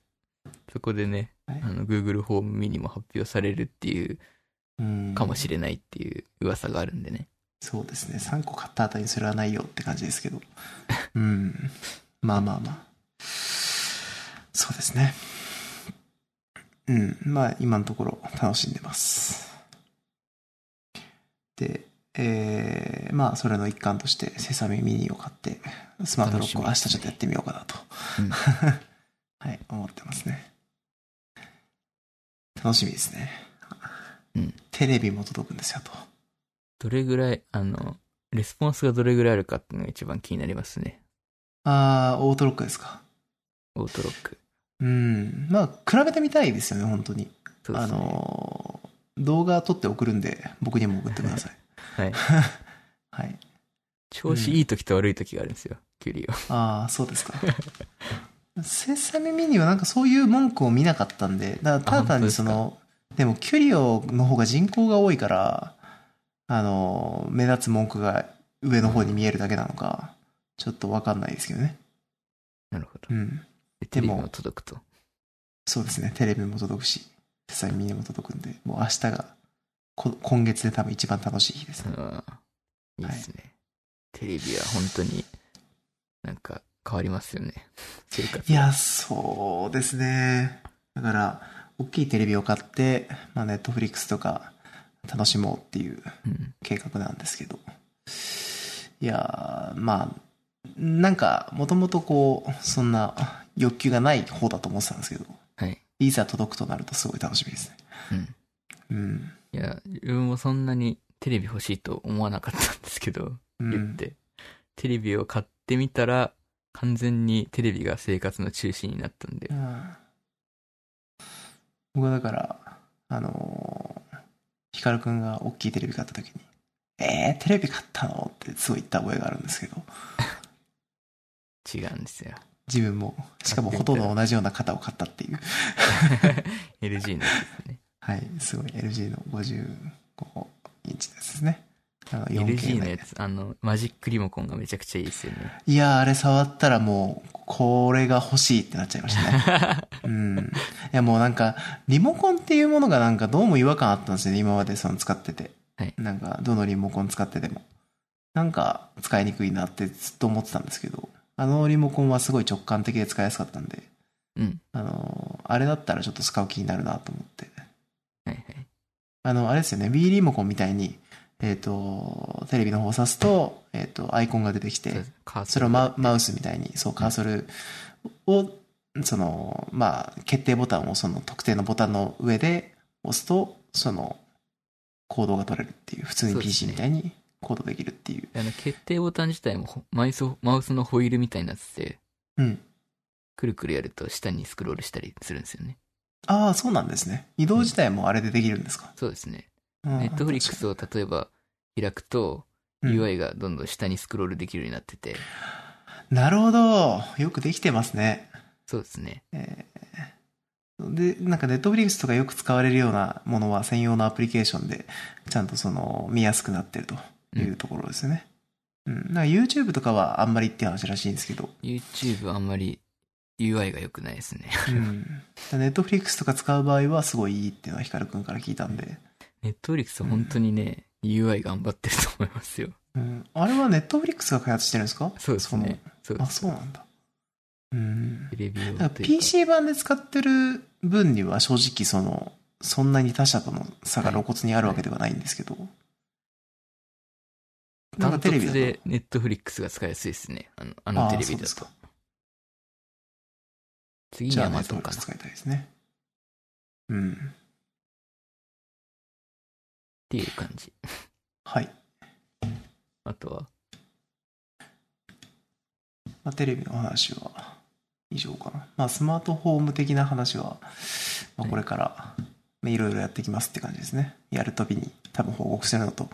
そこでね、はいあの、Google ホームミニも発表されるっていう、うんかもしれないっていう噂があるんでね。そうですね。3個買った後にそれはないよって感じですけど。うん。まあまあまあ。そうですね。うん。まあ今のところ楽しんでます。で、えー、まあそれの一環としてセサミミニを買って、スマートロックを明楽し日みですねちょっとやってみようかなと。うん はい、思ってますね。楽しみですね。うんテレビも届くんですよ、と。どれぐらい、あの、レスポンスがどれぐらいあるかっていうのが一番気になりますね。あー、オートロックですか。オートロック。うん。まあ、比べてみたいですよね、本当に。そうであすね。のー、動画撮って送るんで、僕にも送ってくだ さい。 はい。はい。調子いい時と悪い時があるんですよ、キュリオ。ああ、そうですか。セサミミニはなんかそういう文句を見なかったんで、だからただ単にそあの、でもキュリオの方が人口が多いから、あのー、目立つ文句が上の方に見えるだけなのか、ちょっとわかんないですけどね。なるほう。どん。で、テレビも届くと。そうですね。テレビも届くし、セサミミニも届くんで、もう明日が、こ今月で多分一番楽しい日ですねうん。いいですね。テレビは本当に、なんか変わりますよね。生活。いや、そうですね。だから、大きいテレビを買って、まあ、ネットフリックスとか楽しもうっていううん。計画なんですけど。いやー、まあ、なんか、もともとこう、そんな欲求がない方だと思ってたんですけど、はい。いざ届くとなるとすごい楽しみですね。うん。うん。いや、自分もそんなにテレビ欲しいと思わなかったんですけど、うん言って。テレビを買ってみたら、完全にテレビが生活の中心になったんでう。ん僕はだから、あのー、ヒカルくんが大きいテレビ買った時に、えー、テレビ買ったのってすごい言った覚えがあるんですけど、違うんです よ。自分も、しかもほとんど同じような型を買ったっていう。 LG なんですね。はい、すごい LG の55インチですね。あの LG のやね。つ、あの、マジックリモコンがめちゃくちゃいいです よね。いやー、あれ触ったらもう、これが欲しいってなっちゃいましたね。うん。いや、もうなんか、リモコンっていうものがなんかどうも違和感あったんですよね、今までその使ってて。はいなんか、どのリモコン使ってても。なんか、使いにくいなってずっと思ってたんですけど、あのリモコンはすごい直感的で使いやすかったんで、うん。あのーあれだったらちょっと使う気になるなと思って。はいはい。あの、あれですよね、Wii リモコンみたいに、えっ、と、テレビの方を指すと、えっ、と、アイコンが出てきて、そうカーソそルれをママウスみたいに、そう、カーソルを、その、まあ、決定ボタンをその特定のボタンの上で押すと、その、行動が取れるっていう、普通そにうです PC ねみたいに行動できるっていう。あの、決定ボタン自体もほマウス、マウスのホイールみたいになってて、うん。くるくるやると下にスクロールしたりするんですよね。ああ、そうなんですね。移動自体もあれでできるんですか。そうですね。うんネットフリックスを例えば開くと、うん UI がどんどん下にスクロールできるようになってて、なるほど。よくできてますね。そうですね。えーで、なんかネットフリックスとかよく使われるようなものは専用のアプリケーションで、ちゃんとその、見やすくなってるというところですよね。うん。なんか YouTube とかはあんまりって話らしいんですけど、 YouTube あんまり UI が良くないですね。う ん。ネットフリックスとか使う場合はすごいいいっていうのはヒカルくんから聞いたんで、ネットフリックス本当にね、UI 頑張ってると思いますよ。うん。あれはネットフリックスが開発してるんですかそうですね。そそうのであ、す。そうなんだ。うん。テレビ用だからというか PC 版で使ってる分には正直その、そんなに他社との差が露骨にあるわけではないんですけど。なんダかンテトレビだとツでネットフリックスが使いやすいですね。あのあのテレビあーそうでだすとか。次じにゃあ、アマね、ゾトンリッかクスな。っ使いたいですね。うん。ていう感じ。はい。あとは、 まあ、テレビの話は以上かな。まあ、スマートホーム的な話は、まはあ、いこれから、まあいろいろやっていきますって感じですね。やるたびに多分報告するのと、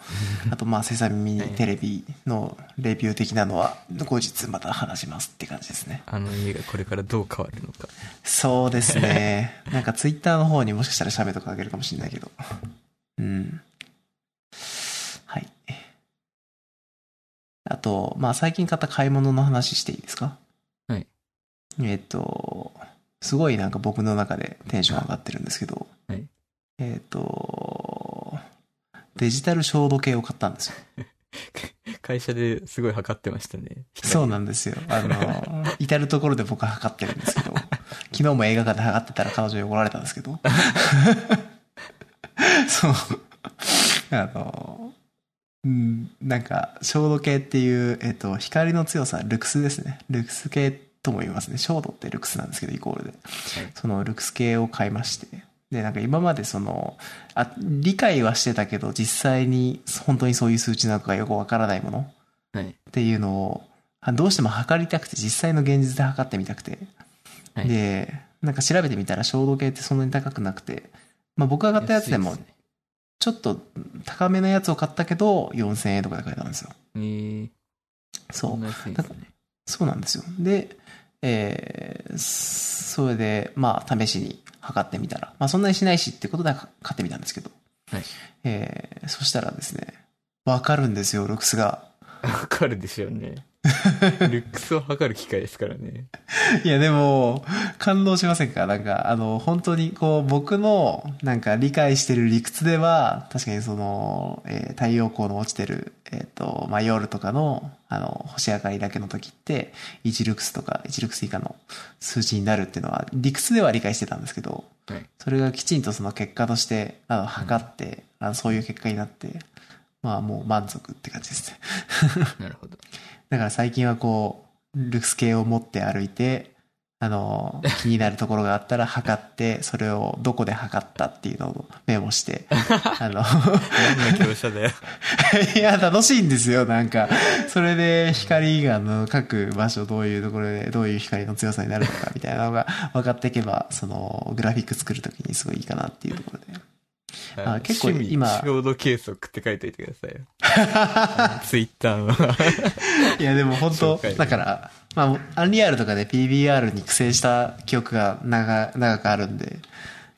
あと、まあ、セサミはいテレビのレビュー的なのは、後日また話しますって感じですね。あの家がこれからどう変わるのか。そうですね。 なんかツイッターの方にもしかしたら喋とかあげるかもしれないけど。うん。はい。あと、まあ最近買った買い物の話していいですかはい。えっと、すごいなんか僕の中でテンション上がってるんですけど。はいえっと、デジタル消毒計を買ったんですよ。会社ですごい測ってましたね。そうなんですよ。あの、至るところで僕は測ってるんですけど、昨日も映画館で測ってたら彼女に怒られたんですけど、そう、あの、うん、なんか、照度系っていう、えっと、光の強さ、ルクスですね。ルクス系とも言いますね。照度ってルクスなんですけど、イコールで。そのルクス系を買いまして。で、なんか今までその、あ、理解はしてたけど、実際に本当にそういう数値なのかよくわからないものはい。っていうのをあどうしても測りたくて実際の現実で測ってみたくて、はいでなんか調べてみたら衝動計ってそんなに高くなくて、まあ、僕が買ったやつでも安いすねちょっと高めのやつを買ったけど4000円とかで買えたんですよえー、そそんうな安いんですね。そうなんですよでえーそれでまあ試しに測ってみたら、まあ、そんなにしないしってことで買ってみたんですけど、はいえーそしたらですねわかるんですよルクスがわかるでしょうね。 ルックスを測る機械ですからね。いやでも、感動しませんかなんか、あの、本当にこう、僕の、なんか理解してる理屈では、確かにその、えー太陽光の落ちてる、えっ、と、まあ、夜とかの、あの、星明かりだけの時って、1ルクスとか1ルクス以下の数値になるっていうのは、理屈では理解してたんですけど、はいそれがきちんとその結果として、あの、測って、あのそういう結果になって、まあもう満足って感じですね。なるほど。だから最近はこう、ルクス系を持って歩いて、あの、気になるところがあったら測って、それをどこで測ったっていうのをメモして、あの、何の業者だよ。いや、楽しいんですよ、なんか。それで、光がの各場所、どういうところで、どういう光の強さになるのか、みたいなのが分かっていけば、その、グラフィック作るときにすごいいいかなっていうところで。あ結構趣味今強度計測って書いといてください よ。ツイッターの。はいや、でも本紹当介だから、まあ、アンリアルとかで PBR に苦戦した記憶が長長くあるんで、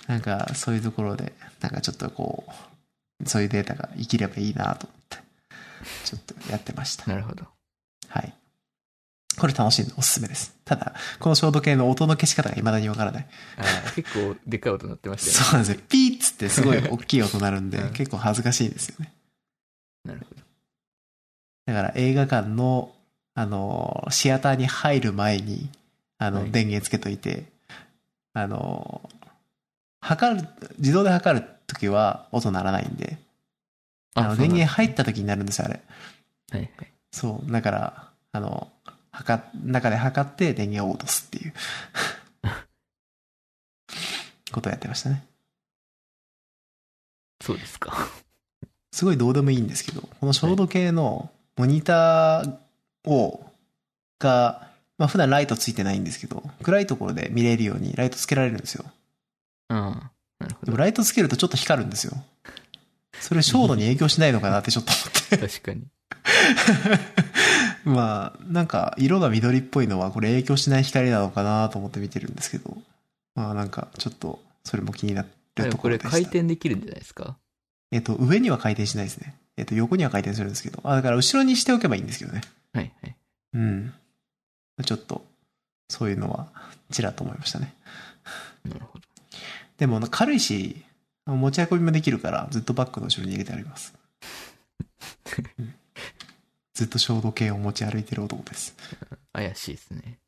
なんか、そういうところで、なんかちょっとこう、そういうデータが生きればいいなと思って。ちょっとやってました。なるほど。はい。これ楽しいんでおすすめです。ただ、この消毒系の音の消し方が未だにわからない。あー結構でかい音鳴ってましたよそうなんですよ。ピーッつってすご い大きい音鳴るんでうん、結構恥ずかしいですよね。ね。なるほど。だから映画館の、あの、シアターに入る前に、あの、はい電源つけといて、あの、測る、自動で測るときは音鳴らないんで、あの、電源入ったときになるんですよ、あれ。はいはい。そう、だから、あの、測っ、中で測って電源を落とす っていう、ことをやってましたね。そうですか。すごいどうでもいいんですけど、この照度計のモニターを、が、まあ普段ライトついてないんですけど、暗いところで見れるようにライトつけられるんですよ。うん。なるほでども。ライトつけるとちょっと光るんですよ。それ照度に影響しないのかなってちょっと思って。 確かに。まあ、なんか色が緑っぽいのはこれ影響しない光なのかなと思って見てるんですけど、まあなんかちょっとそれも気になでるもとこころれでした。回転できるんじゃないですかえっと、上には回転しないですね。えっと、横には回転するんですけど、あ、だから後ろにしておけばいいんですけどね。はいはい。うん。ちょっと、そういうのは、ちらっと思いましたね。なるほど。でも、軽いし、持ち運びもできるから、ずっとバッグの後ろに入れてあります。うんずっと消毒系を持ち歩いてる男です。怪しいですね。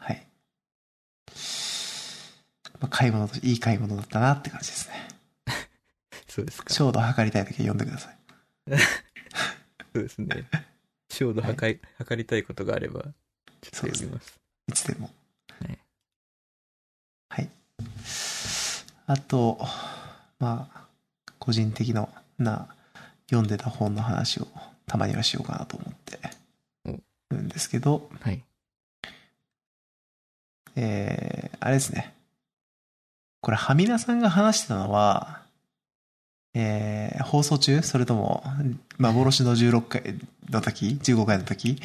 はい。まあ、買い物と、いい買い物だったなって感じですね。そうですか。そ照度測りたい時は呼んでください。うですね。照度測り、測りたいことがあれば、ちょっとやります。いつでも。ねはい。あと、まあ、個人的な、な読んでた本の話をたまにはしようかなと思ってるんですけど、はい。えー、あれですね。これ、はみなさんが話してたのは、えー、放送中それとも、幻の16回の時 ?15 回の時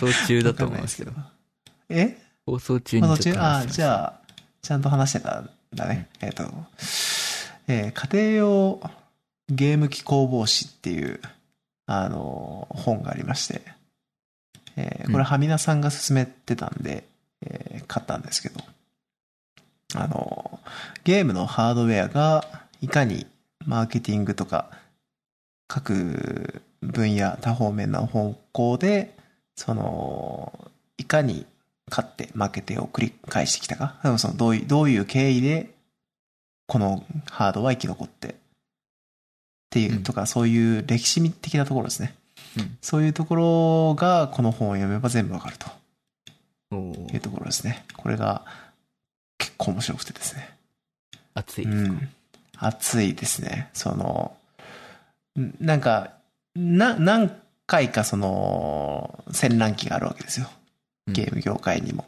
放送中だと思いますけど。わかんないですけどえ放送中にまあ、どっちょちっとあ話あ、しまじしたゃあ、ちゃんと話してたんだね。えっ、と、えー家庭用ゲーム機工房誌っていう、あのー本がありまして、えーこうんれ、はみなさんが勧めてたんで、えー買ったんですけど、あのーゲームのハードウェアが、いかにマーケティングとか、各分野、多方面の方向で、その、いかに勝って負けてを繰り返してきたか。でもそのどういう、どういう経緯で、このハードは生き残って、っていううんとか、そういう歴史的なところですね。うんそういうところが、この本を読めば全部わかるとおいうーところですね。これが、結構面白くてですね。熱い。うん、暑いですね。その、んなんか、な、何回かその、戦乱期があるわけですよ。ゲーム業界にも。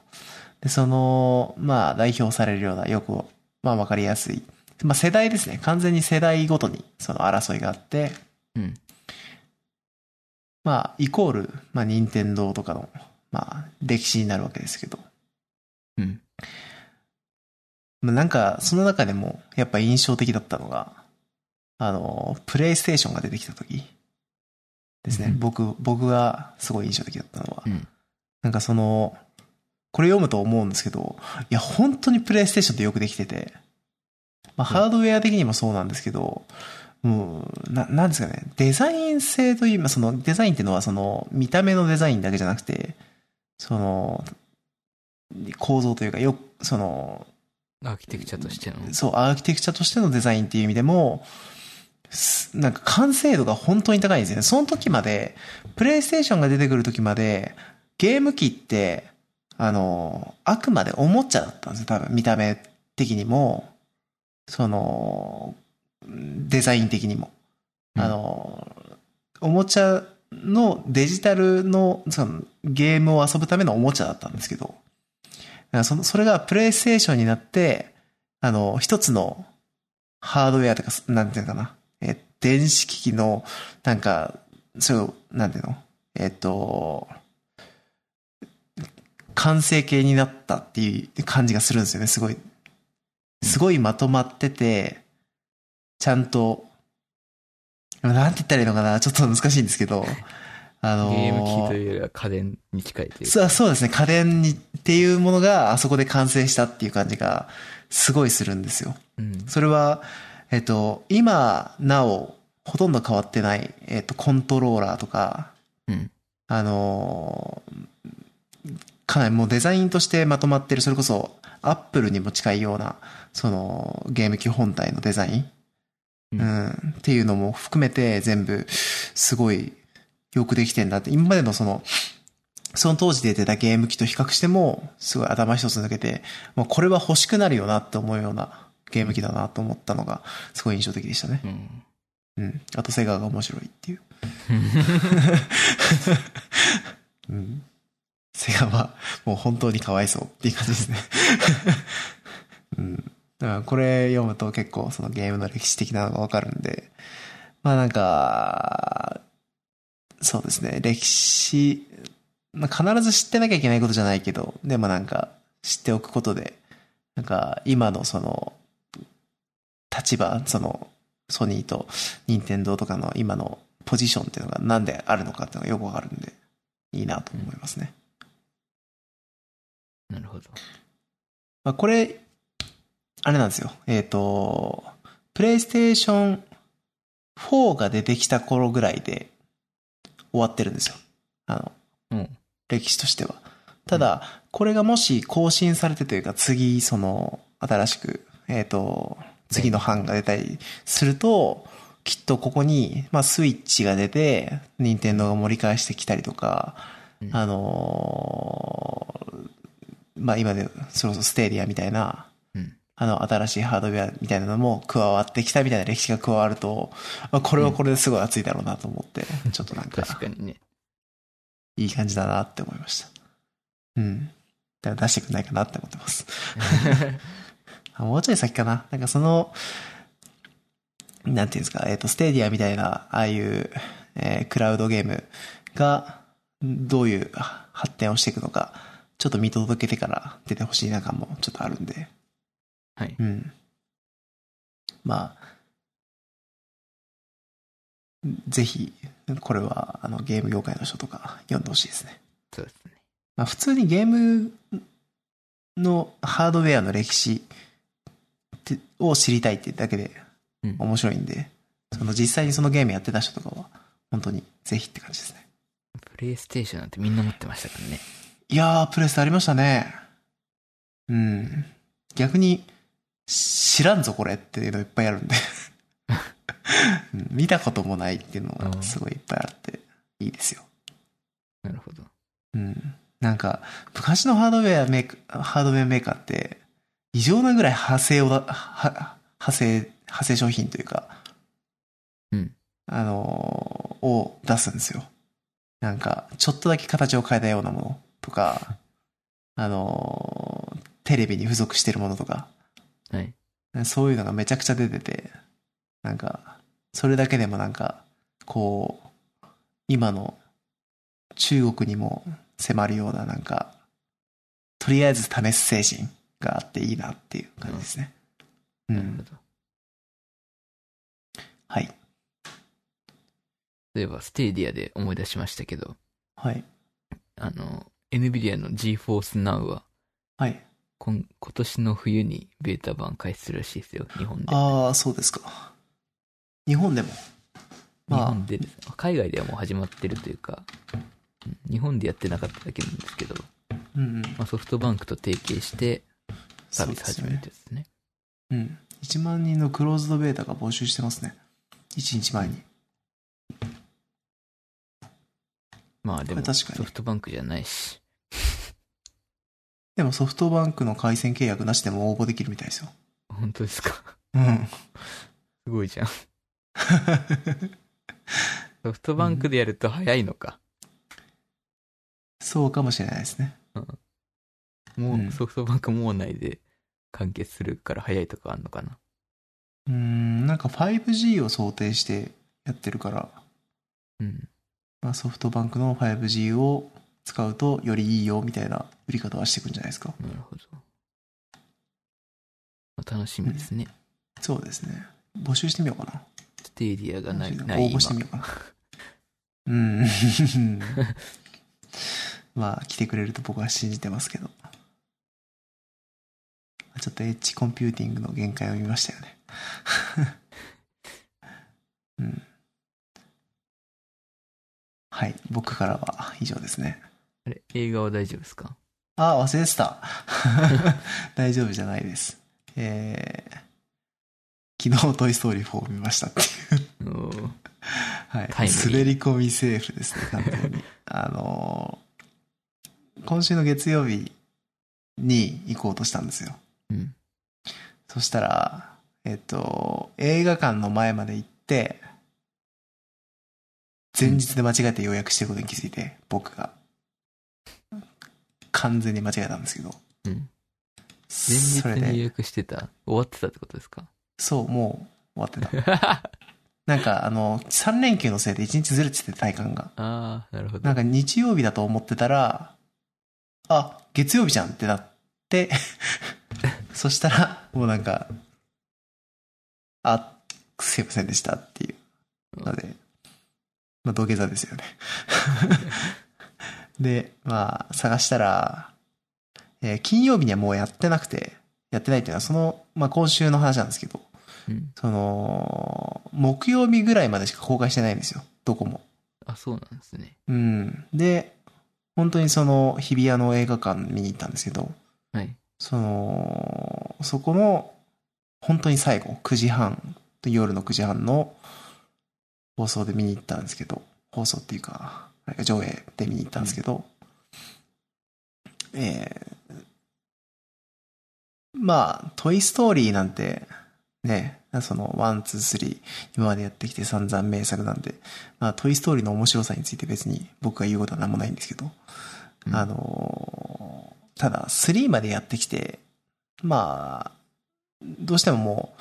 で、その、まあ、代表されるような、よく、まあ、わかりやすい。まあ、世代ですね。完全に世代ごとに、その争いがあって、うん。まあ、イコール、まあ、任天堂とかの、まあ、歴史になるわけですけど。うん。まあなんか、その中でも、やっぱ印象的だったのが、あの、プレイステーションが出てきた時ですね。うん僕、僕がすごい印象的だったのは、うんなんかその、これ読むと思うんですけど、いや、本当にプレイステーションってよくできてて、まあ、うんハードウェア的にもそうなんですけど、もう、な、なんですかね、デザイン性という、まあ、その、デザインっていうのは、その、見た目のデザインだけじゃなくて、その、構造というか、よく、その、アーキテクチャとしての。そう、アーキテクチャとしてのデザインっていう意味でも、すなんか完成度が本当に高いんですよね。その時まで、プレイステーションが出てくる時まで、ゲーム機って、あの、あくまでおもちゃだったんですよ、多分、見た目的にも、その、デザイン的にも。うんあの、おもちゃのデジタルのそのゲームを遊ぶためのおもちゃだったんですけど、だからそのそれがプレイステーションになって、あの、一つのハードウェアとか、なんていうのかな、え、電子機器の、なんか、そう、なんていうのえっと、完成形になったっていう感じがするんですよね、すごい。すごいまとまってて、ちゃんと、なんて言ったらいいのかなちょっと難しいんですけど、あのーゲーム機というよりは家電に近いというか。そうそうですね、家電にっていうものがあそこで完成したっていう感じがすごいするんですよ。うん。それは、えっと、今なおほとんど変わってない、えっと、コントローラーとか、うん。あのーかなりもうデザインとしてまとまってる、それこそアップルにも近いような、そのゲーム機本体のデザイン、うんうん、っていうのも含めて全部すごいよくできてんだって、今までのその、その当時出てたゲーム機と比較しても、すごい頭一つ抜けて、もうこれは欲しくなるよなって思うようなゲーム機だなと思ったのが、すごい印象的でしたね。うん。うん。あとセガが面白いっていう。うん。セガは、もう本当にかわいそうっていう感じですね。うん。だからこれ読むと結構そのゲームの歴史的なのがわかるんで、まあなんか、そうですね、歴史、まあ、必ず知ってなきゃいけないことじゃないけど、でもなんか知っておくことで、なんか今のその、立場、その、ソニーと任天堂とかの今のポジションっていうのがなんであるのかっていうのがよくわかるんで、いいなと思いますね。なるほど。まあ、これ、あれなんですよ。えっ、と、プレイステーション4が出てきた頃ぐらいで終わってるんですよ。あの、うん。歴史としては。ただ、これがもし更新されてというか、次、その、新しく、えっ、と、次の版が出たりすると、きっとここに、まあ、スイッチが出て、任天堂が盛り返してきたりとか、うんあのーまあ、今で、それこそステーディアみたいな、うん。あの、新しいハードウェアみたいなのも加わってきたみたいな歴史が加わると、まあ、これはこれですごい熱いだろうなと思って、ちょっとなんか、 確 かにね。いい感じだなって思いました。うん。だから出してくんないかなって思ってます。あもうちょい先かな。なんかその、なんていうんですか、えっ、と、ステディアみたいな、ああいう、えークラウドゲームが、どういうあ発展をしていくのか、ちょっと見届けてから出てほしいな感もちょっとあるんで。はい。うん。まあ、ぜひ、これは、あの、ゲーム業界の人とか読んでほしいですね。そうですね。まあ、普通にゲームのハードウェアの歴史ってを知りたいってだけでうん面白いんで、その実際にそのゲームやってた人とかは、本当にぜひって感じですね。プレイステーションなんてみんな持ってましたからね。いやー、プレステありましたね。うん。逆に、知らんぞこれっていうのいっぱいある んで、うん見たこともないっていうのがすごいいっぱいあって、いいですよ。なるほど。うん。なんか、昔のハードウェアメーカー、ハードウェアメーカーって、異常なぐらい派生をだ、は派生、派生商品というか、うん。あのーを出すんですよ。なんか、ちょっとだけ形を変えたようなものとか、あのーテレビに付属してるものとか、はい。そういうのがめちゃくちゃ出てて、なんか、それだけでもなんか、こう、今の中国にも迫るようななんか、とりあえず試す精神があっていいなっていう感じですね。うなるほん。ど。はい。例えば、ステーディアで思い出しましたけど、はい。あの、NVIDIA の GForce Now は、はい。今今年の冬にベータ版開始するらしいですよ、日本で。ああ、そうですか。日本でも。日まあ本でです海外ではもう始まってるというか、うん日本でやってなかっただけなんですけど、うんうん。まあ、ソフトバンクと提携してサービそうですス始よめるねってやつですね。うん。1万人のクローズドベータが募集してますね。1日前に。まあでもこれ確かにソフトバンクじゃないし、でもソフトバンクの回線契約なしでも応募できるみたいですよ。本当ですかうん。すごいじゃん。ソフトバンクでやると早いのか。 そうかもしれないですね。うもんうソフトバンク網内で完結するから早いとかあんのかな。うーん、なんか 5G を想定してやってるから、うん。まあ、ソフトバンクの 5G を使うとよりいいよみたいな売り方はしていくんじゃないですか。なるほど。まあ楽しみですね。そうですね。募集してみようかな。ちょっテーディアがない、応ない募してみようかな。うん。 まあ、来てくれると僕は信じてますけど。ちょっとエッジコンピューティングの限界を見ましたよね。 うん。はい。僕からは以上ですね。あれ、映画は大丈夫ですかあ、忘れてた。 大丈夫じゃないです。えー、昨日トイストーリー4を見ましたっていう。おーはい、タイムリー滑り込みセーフですね、完全 に。あのー今週の月曜日に行こうとしたんですよ。うん。そしたら、えっと、映画館の前まで行って、前日で間違えて予約してることに気づいて、僕が。完全に間違えたんですけど。うん前日それに予で、約してた。終わってたってことで すかそう、もう終わってた。なんか、あの、3連休のせいで1日ずれてて、体感が。ああ、なるほど。なんか日曜日だと思ってたら、あ、月曜日じゃんってなって、そしたら、もうなんか、あ、すいませんでしたっていうので、まあ土下座ですよね。で、まあ探したら、えー金曜日にはもうやってなくて、やってないっていうのはその、まあ今週の話なんですけど、うん。その、木曜日ぐらいまでしか公開してないんですよ、どこも。あ、そうなんですね。うん。で、本当にその日比谷の映画館見に行ったんですけど、はい。その、そこの、本当に最後、9時半、夜の9時半の放送で見に行ったんですけど、放送っていうか、なんか上映で見に行ったんですけど、えーまあ、トイストーリーなんて、ね、その、ワン、ツー、スリー、今までやってきて散々名作なんで、まあ、トイストーリーの面白さについて別に僕が言うことは何もないんですけど、うんあのーただ、3までやってきて、まあ、どうしてもも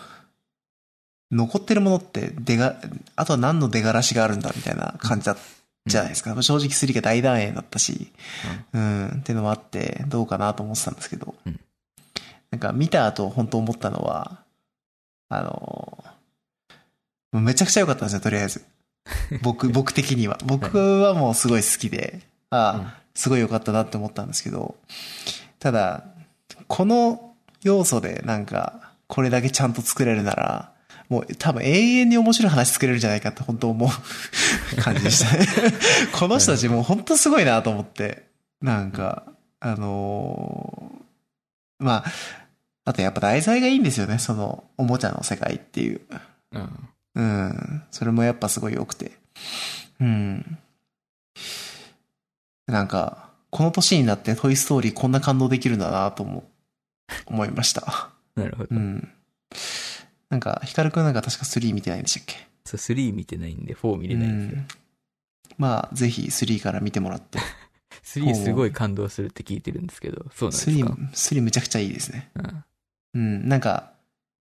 う、残ってるものって、出が、あとは何の出がらしがあるんだみたいな感じだったじゃないですか。正直3が大団円だったし、うん、っていうのもあって、どうかなと思ってたんですけど、うんなんか見た後本当思ったのは、あの、もうめちゃくちゃ良かったんですよ、とりあえず。 僕、僕的には。僕はもうすごい好きで、ああ、うんすごい良かったなって思ったんですけど、ただ、この要素でなんか、これだけちゃんと作れるなら、もう多分永遠に面白い話作れるんじゃないかって本当思う感じでしたね。この人たちもう本当すごいなと思って。なんか、あのーまあ、あとやっぱ題材がいいんですよね。その、おもちゃの世界っていう。うん。うん。うん。それもやっぱすごい良くて。うん。なんか、この年になってトイストーリーこんな感動できるんだなとも思いました。なるほど。うん。なんか、ヒカルくんなんか確か3見てないんでしたっけそう、3見てないんで、4見れないんでうんまあ、ぜひ3から見てもらって。すよ。3すごい感動するって聞いてるんですけど、そうなんですか3、3むちゃくちゃいいですね。うん。うん、なんか、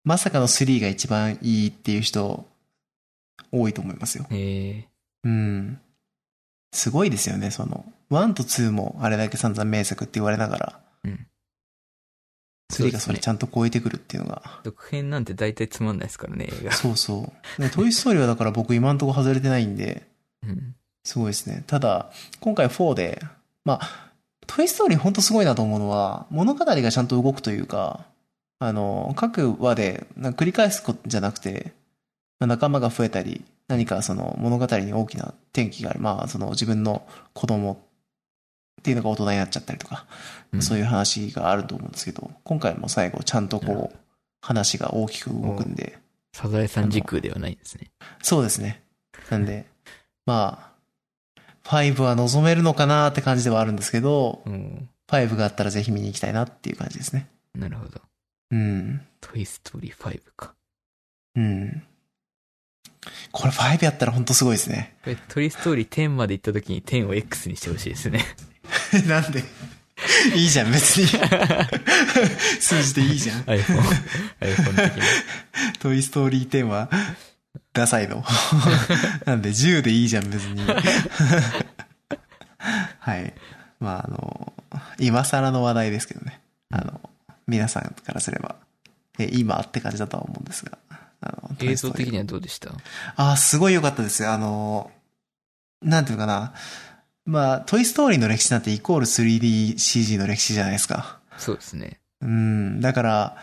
まさかの3が一番いいっていう人、多いと思いますよ。ええうん。すごいですよね、その。1と2もあれだけ散々名作って言われながら、うん。 3がそれちゃゃんと超えてくるっていうのが。続編なんて大体つまんないですからね、 映画。そうそう。でトイストーリーはだから僕今んとこ外れてないんで、うん。すごいですね。ただ、今回4で、まあ、トイストーリーほんとすごいなと思うのは、物語がちゃんと動くというか、あの、各話で、なんか繰り返すことじゃなくて、まあ仲間が増えたり、何かその物語に大きな転機がある。まあ、その自分の子供っていうのが大人になっちゃったりとか、うんそういう話があると思うんですけど、今回も最後ちゃんとなるほこう、話が大きく動くんで、サザエさん時空ではないんですね。そうですね。なんで、まあ、5は望めるのかなって感じではあるんですけど、うん。 5があったらぜひ見に行きたいなっていう感じですね。なるほど。うん。トイストーリー5か。うん。これ5やったらほんとすごいですね。 これ、トイストーリー10まで行った時に10を X にしてほしいですね。なんでいいじゃん、別に。 数字でいいじゃん。 iPhone。iPhone 的に。トイストーリー10は、ダサいの。 なんで10でいいじゃん、別に。 はい。まあ、あの、今更の話題ですけどね。あの、皆さんからすれば、え今って感じだとは思うんですが、あの、トレ映ース像という的にはどうでしたああ、すごい良かったですよ。あの、なんていうのかな。まあ、トイストーリーの歴史なんてイコール 3DCG の歴史じゃないですか。そうですね。うん。だから、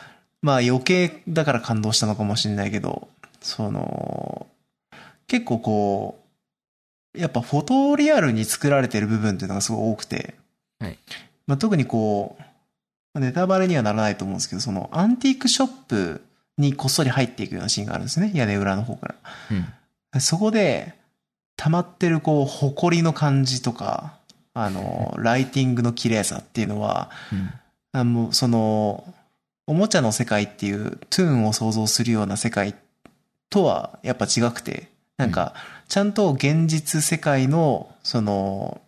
まあ余計だから感動したのかもしれないけど、その、結構こう、やっぱフォトリアルに作られてる部分っていうのがすごい多くて、はいまあ、特にこう、まあネタバレにはならないと思うんですけど、そのアンティークショップにこっそり入っていくようなシーンがあるんですね。屋根裏の方から。うん。そこで、溜まってるこう、埃の感じとか、あの、ライティングの綺麗さっていうのは、うん。あもうその、おもちゃの世界っていう、トゥーンを想像するような世界とはやっぱ違くて、なんか、ちゃんと現実世界の、その、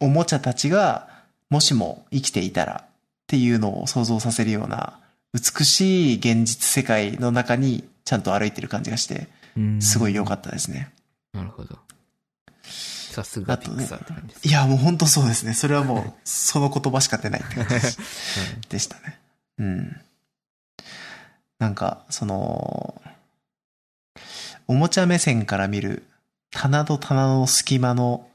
おもちゃたちが、もしも生きていたらっていうのを想像させるような、美しい現実世界の中に、ちゃんと歩いてる感じがして、うんすごい良かったですね。なるほど。さすがあピとクねサーって感じです。いや、もう本当そうですね。それはもう、その言葉しか出ないって感じでしたね。うん。なんか、その、おもちゃ目線から見る、棚と棚の隙間の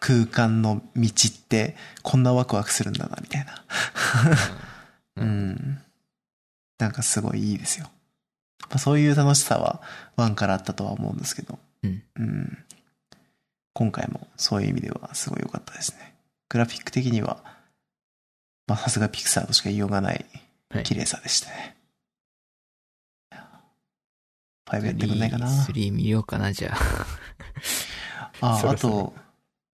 空間の道って、こんなワクワクするんだな、みたいな。ううんん。なんかすごいいいですよ。まあ、そういう楽しさは、ワンからあったとは思うんですけど。うんうん今回もそういう意味ではすごい良かったですね。グラフィック的には、まあ、さすがピクサーとしか言いようがないはい綺麗さでしたね。ファイブやってくんないかな。 3見ようかな、じゃあ。あ、そあろそろと、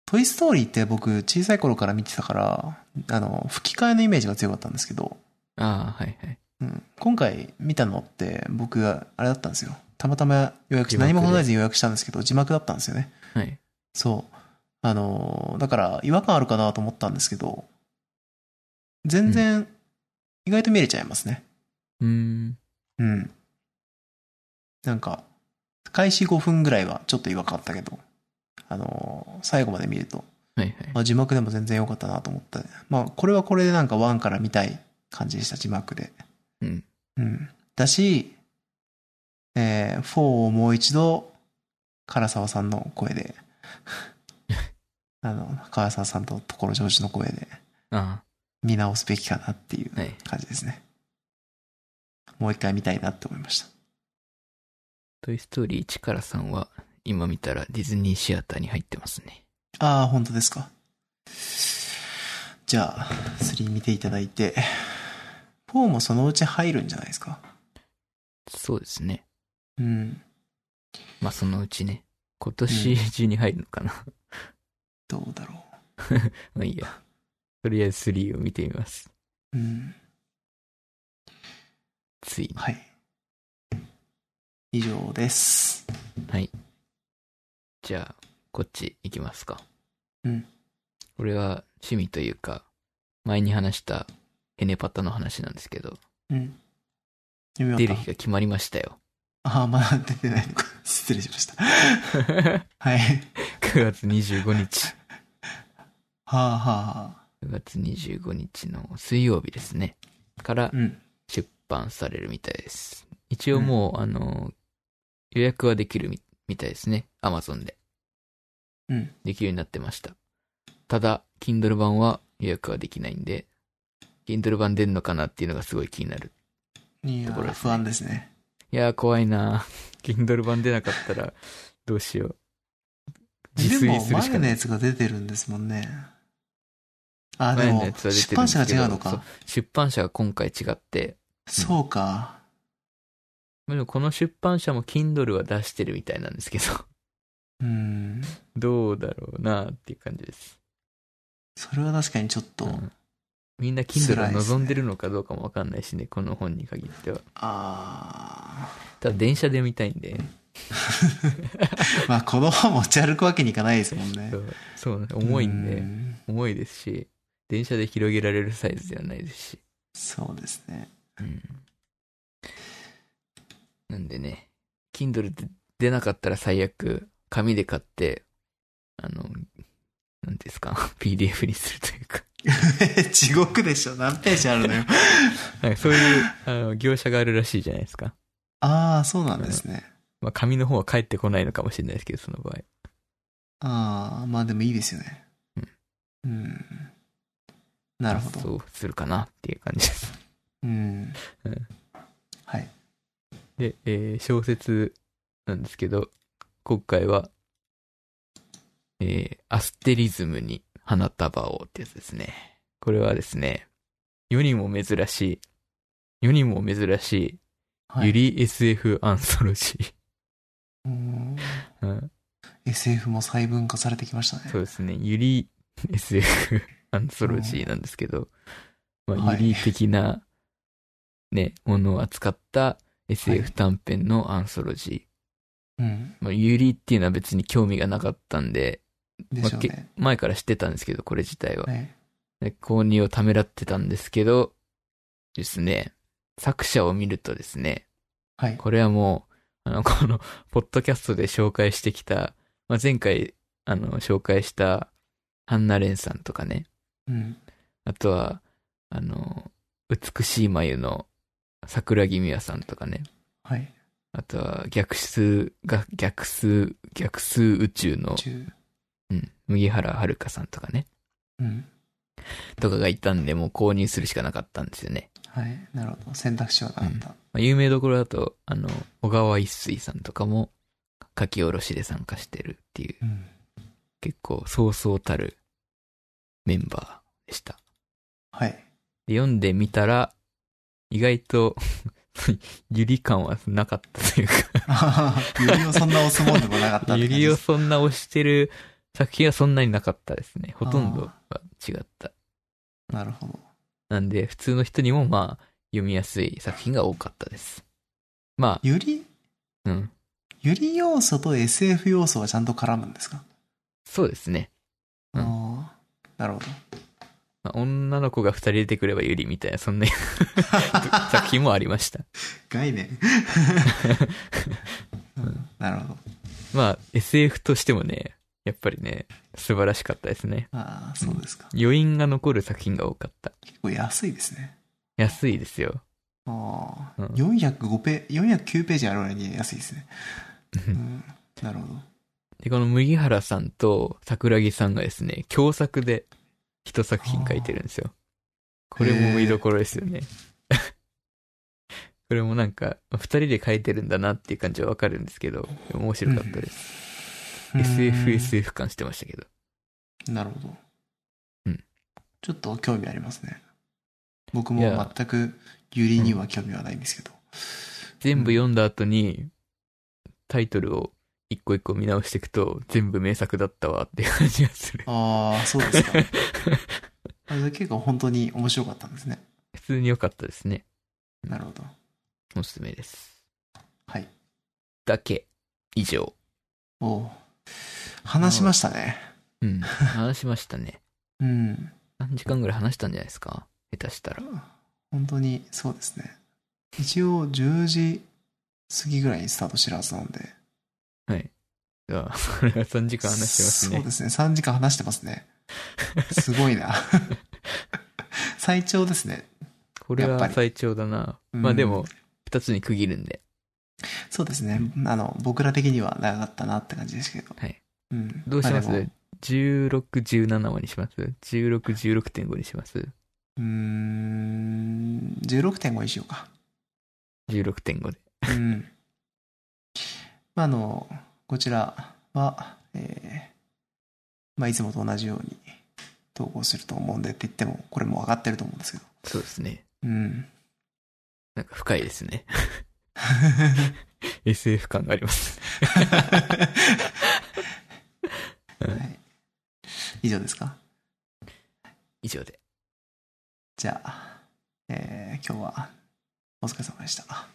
トイストーリーって僕小さい頃から見てたから、あの、吹き替えのイメージが強かったんですけど、ああ、はいはい。うん、今回見たのって僕があれだったんですよ。たまたま予約し字幕で何も考えずに予約したんですけど、字幕だったんですよね。はい。そう。あのーだから違和感あるかなと思ったんですけど、全然意外と見れちゃいますね。うーん。うん。なんか、開始5分ぐらいはちょっと違和感あったけど、あのー最後まで見ると、はいはい。まあ、字幕でも全然良かったなと思ったね。まあ、これはこれでなんか1から見たい感じでした、字幕で。うん。うん。だし、えー、4をもう一度、唐沢さんの声で、 あの、唐沢さんと所ジョージの声であ見直すべきかなっていうあ、はい。感じですね。もう一回見たいなって思いました。トイストーリー1から3は、今見たらディズニーシアターに入ってますね。ああ、本当ですか。じゃあ、3見ていただいて、4もそのうち入るんじゃないですか。そうですね。うん。まあそのうちね、今年中に入るのかな。どうだろまあいいや。とりあえず3を見てみます。う。うん。ついに。はい。以上です。じゃあ、こっち行きますか。うん。これは趣味というか、前に話したヘネパタの話なんですけど、うん。読み出終わるっ日が決まりました よ。た。ああ、まだ出てないのか。失礼しました。 9はい。月25日。はあはあはあ。 9月25日の水曜日ですね。からうん。出版されるみたいです。一応もう、あの、予約はできるみみたいですね。Amazon で。うん。できるようになってました。ただ、Kindle 版は予約はできないんで、Kindle 版出んのかなっていうのがすごい気になる。いやとこー、ろですね不安ですね。いやー、怖いなー Kindle 版出なかったら、どうしよう。自で炊も、する前しかのないや。つが出てるんですもんね。あ、で前のもや、つは出て出るんで版す社けが違どうのそうか。出版社が今回違って、そうか。でもこの出版社も Kindle は出してるみたいなんですけど、うん。どうだろうなーっていう感じです。それは確かにちょっと、うんみんな Kindle 辛をいですね望んでるのかどうかもわかんないしね、この本に限っては。ああ。ただ電車で見たいんで、まあ、この本持ち歩くわけにいかないですもんねそ。うそうなんです 重いんでう、ん重いですし、電車で広げられるサイズではないですし。そうですね。 うん。なんでね、Kindle で出なかったら最悪、紙で買って、あの、なんていうんですか、PDF にするというか、地獄でしょ。何ページあるのよ。なんかそういうあの業者があるらしいじゃないですか。ああ、そうなんですね。まあ、紙の方は返ってこないのかもしれないですけど、その場合。ああ、まあでもいいですよね。うん。なるほど。そうするかなっていう感じです。うんうん。はい。で、えー小説なんですけど、今回は、えーアステリズムに花束をってやつですね。これはですね、世にも珍しい、世にも珍しはいい、ゆり SF アンソロジー。うーんうん、 SF も細分化されてきましたね。 そうですね、ゆり SF アンソロジーなんですけど、まはあ、いゆり的な、ね、ものを扱った SF 短編のアンソロジー。うん。まあ、ユリっていうのは別に興味がなかったんで、でしょうね。前から知ってたんですけど、これ自体は。はい。で購入をためらってたんですけど、ですね、作者を見るとですね、はい。これはもう、あの、 この、ポッドキャストで紹介してきた、まあ、前回、あの、紹介した、ハンナレンさんとかね、うん。あとは、あの、美しい眉の桜木美和さんとかね、はい。あとは逆数が、逆数、逆数宇宙の中。うん。麦原遥さんとかね。うん。とかがいたんで、もう購入するしかなかったんですよね。はい。なるほど。選択肢はなかった。まあ、有名どころだと、あの、小川一水さんとかも、書き下ろしで参加してるっていう、うん。結構、そうそうたるメンバーでした。はい。 で、読んでみたら、意外と、 ゆり感はなかったというか、あははゆりをそんな押すもんでもなかったって感じゆりでをす。そんな推してる作品はそんなになかったですね。ほとんどあは違った。なるほど。なんで、普通の人にもまあ、読みやすい作品が多かったです。まゆり、あ、うん。ゆり要素と SF 要素はちゃんと絡むんですか、そうですね。うんああ。なるほど。まあ、女の子が二人出てくればユリみたいな、そんな 作品もありました。概 念。うんなるほど。まあ、SF としてもね、やっぱりね、素晴らしかったですね。ああ、そうですか。余韻が残る作品が多かった。結構安いですね。安いですよ。ああ、うん405ペ、409ページある割に安いですね。うん、なるほど。で、この麦原さんと桜木さんがですね、共作で一作品書いてるんですよ。これも見どころですよね。 これもなんか、二人で書いてるんだなっていう感じはわかるんですけど、面白かったです。うん SF、SF 感してましたけど。なるほど。うん。ちょっと興味ありますね。僕いもや全くユリには興味はないんですけど。全部読んだ後に、タイトルを一個一個見直していくと、全部名作だったわっていう感じがする。ああ、そうですか。 あれ結構本当に面白かったんですね。 普通に良かったですね。なるほど。おすすめです。はい。だけ、以上。おお。話しましたね。うん。話しましたね。うん。何時間ぐらい話したんじゃないですか下手したら。本当にそうですね。一応10時過ぎぐらいにスタートしてるはずなんで。はい。じゃあ、これ は3時間話してますそうねで。すね。3時間話してますね。すごいな。 最長ですね。これやっぱはり最長だな。まあうんでも、2つに区切るんで。そうですね。あの、僕ら的には長かったなって感じですけど。はい。うん。どうしますあでも ?16、17話にします ?16、16.5にしますうーん、16.5にしようか。 ?16.5 で。うん。まあ、あの、こちらは、えーまあ、いつもと同じように投稿すると思うんでって言っても、これもう分かってると思うんですけど。そうですね。うん。なんか深いですね。SF 感があります。はい。以上ですか以上で。じゃあ、えー今日はお疲れ様でした。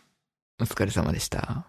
お疲れ様でした。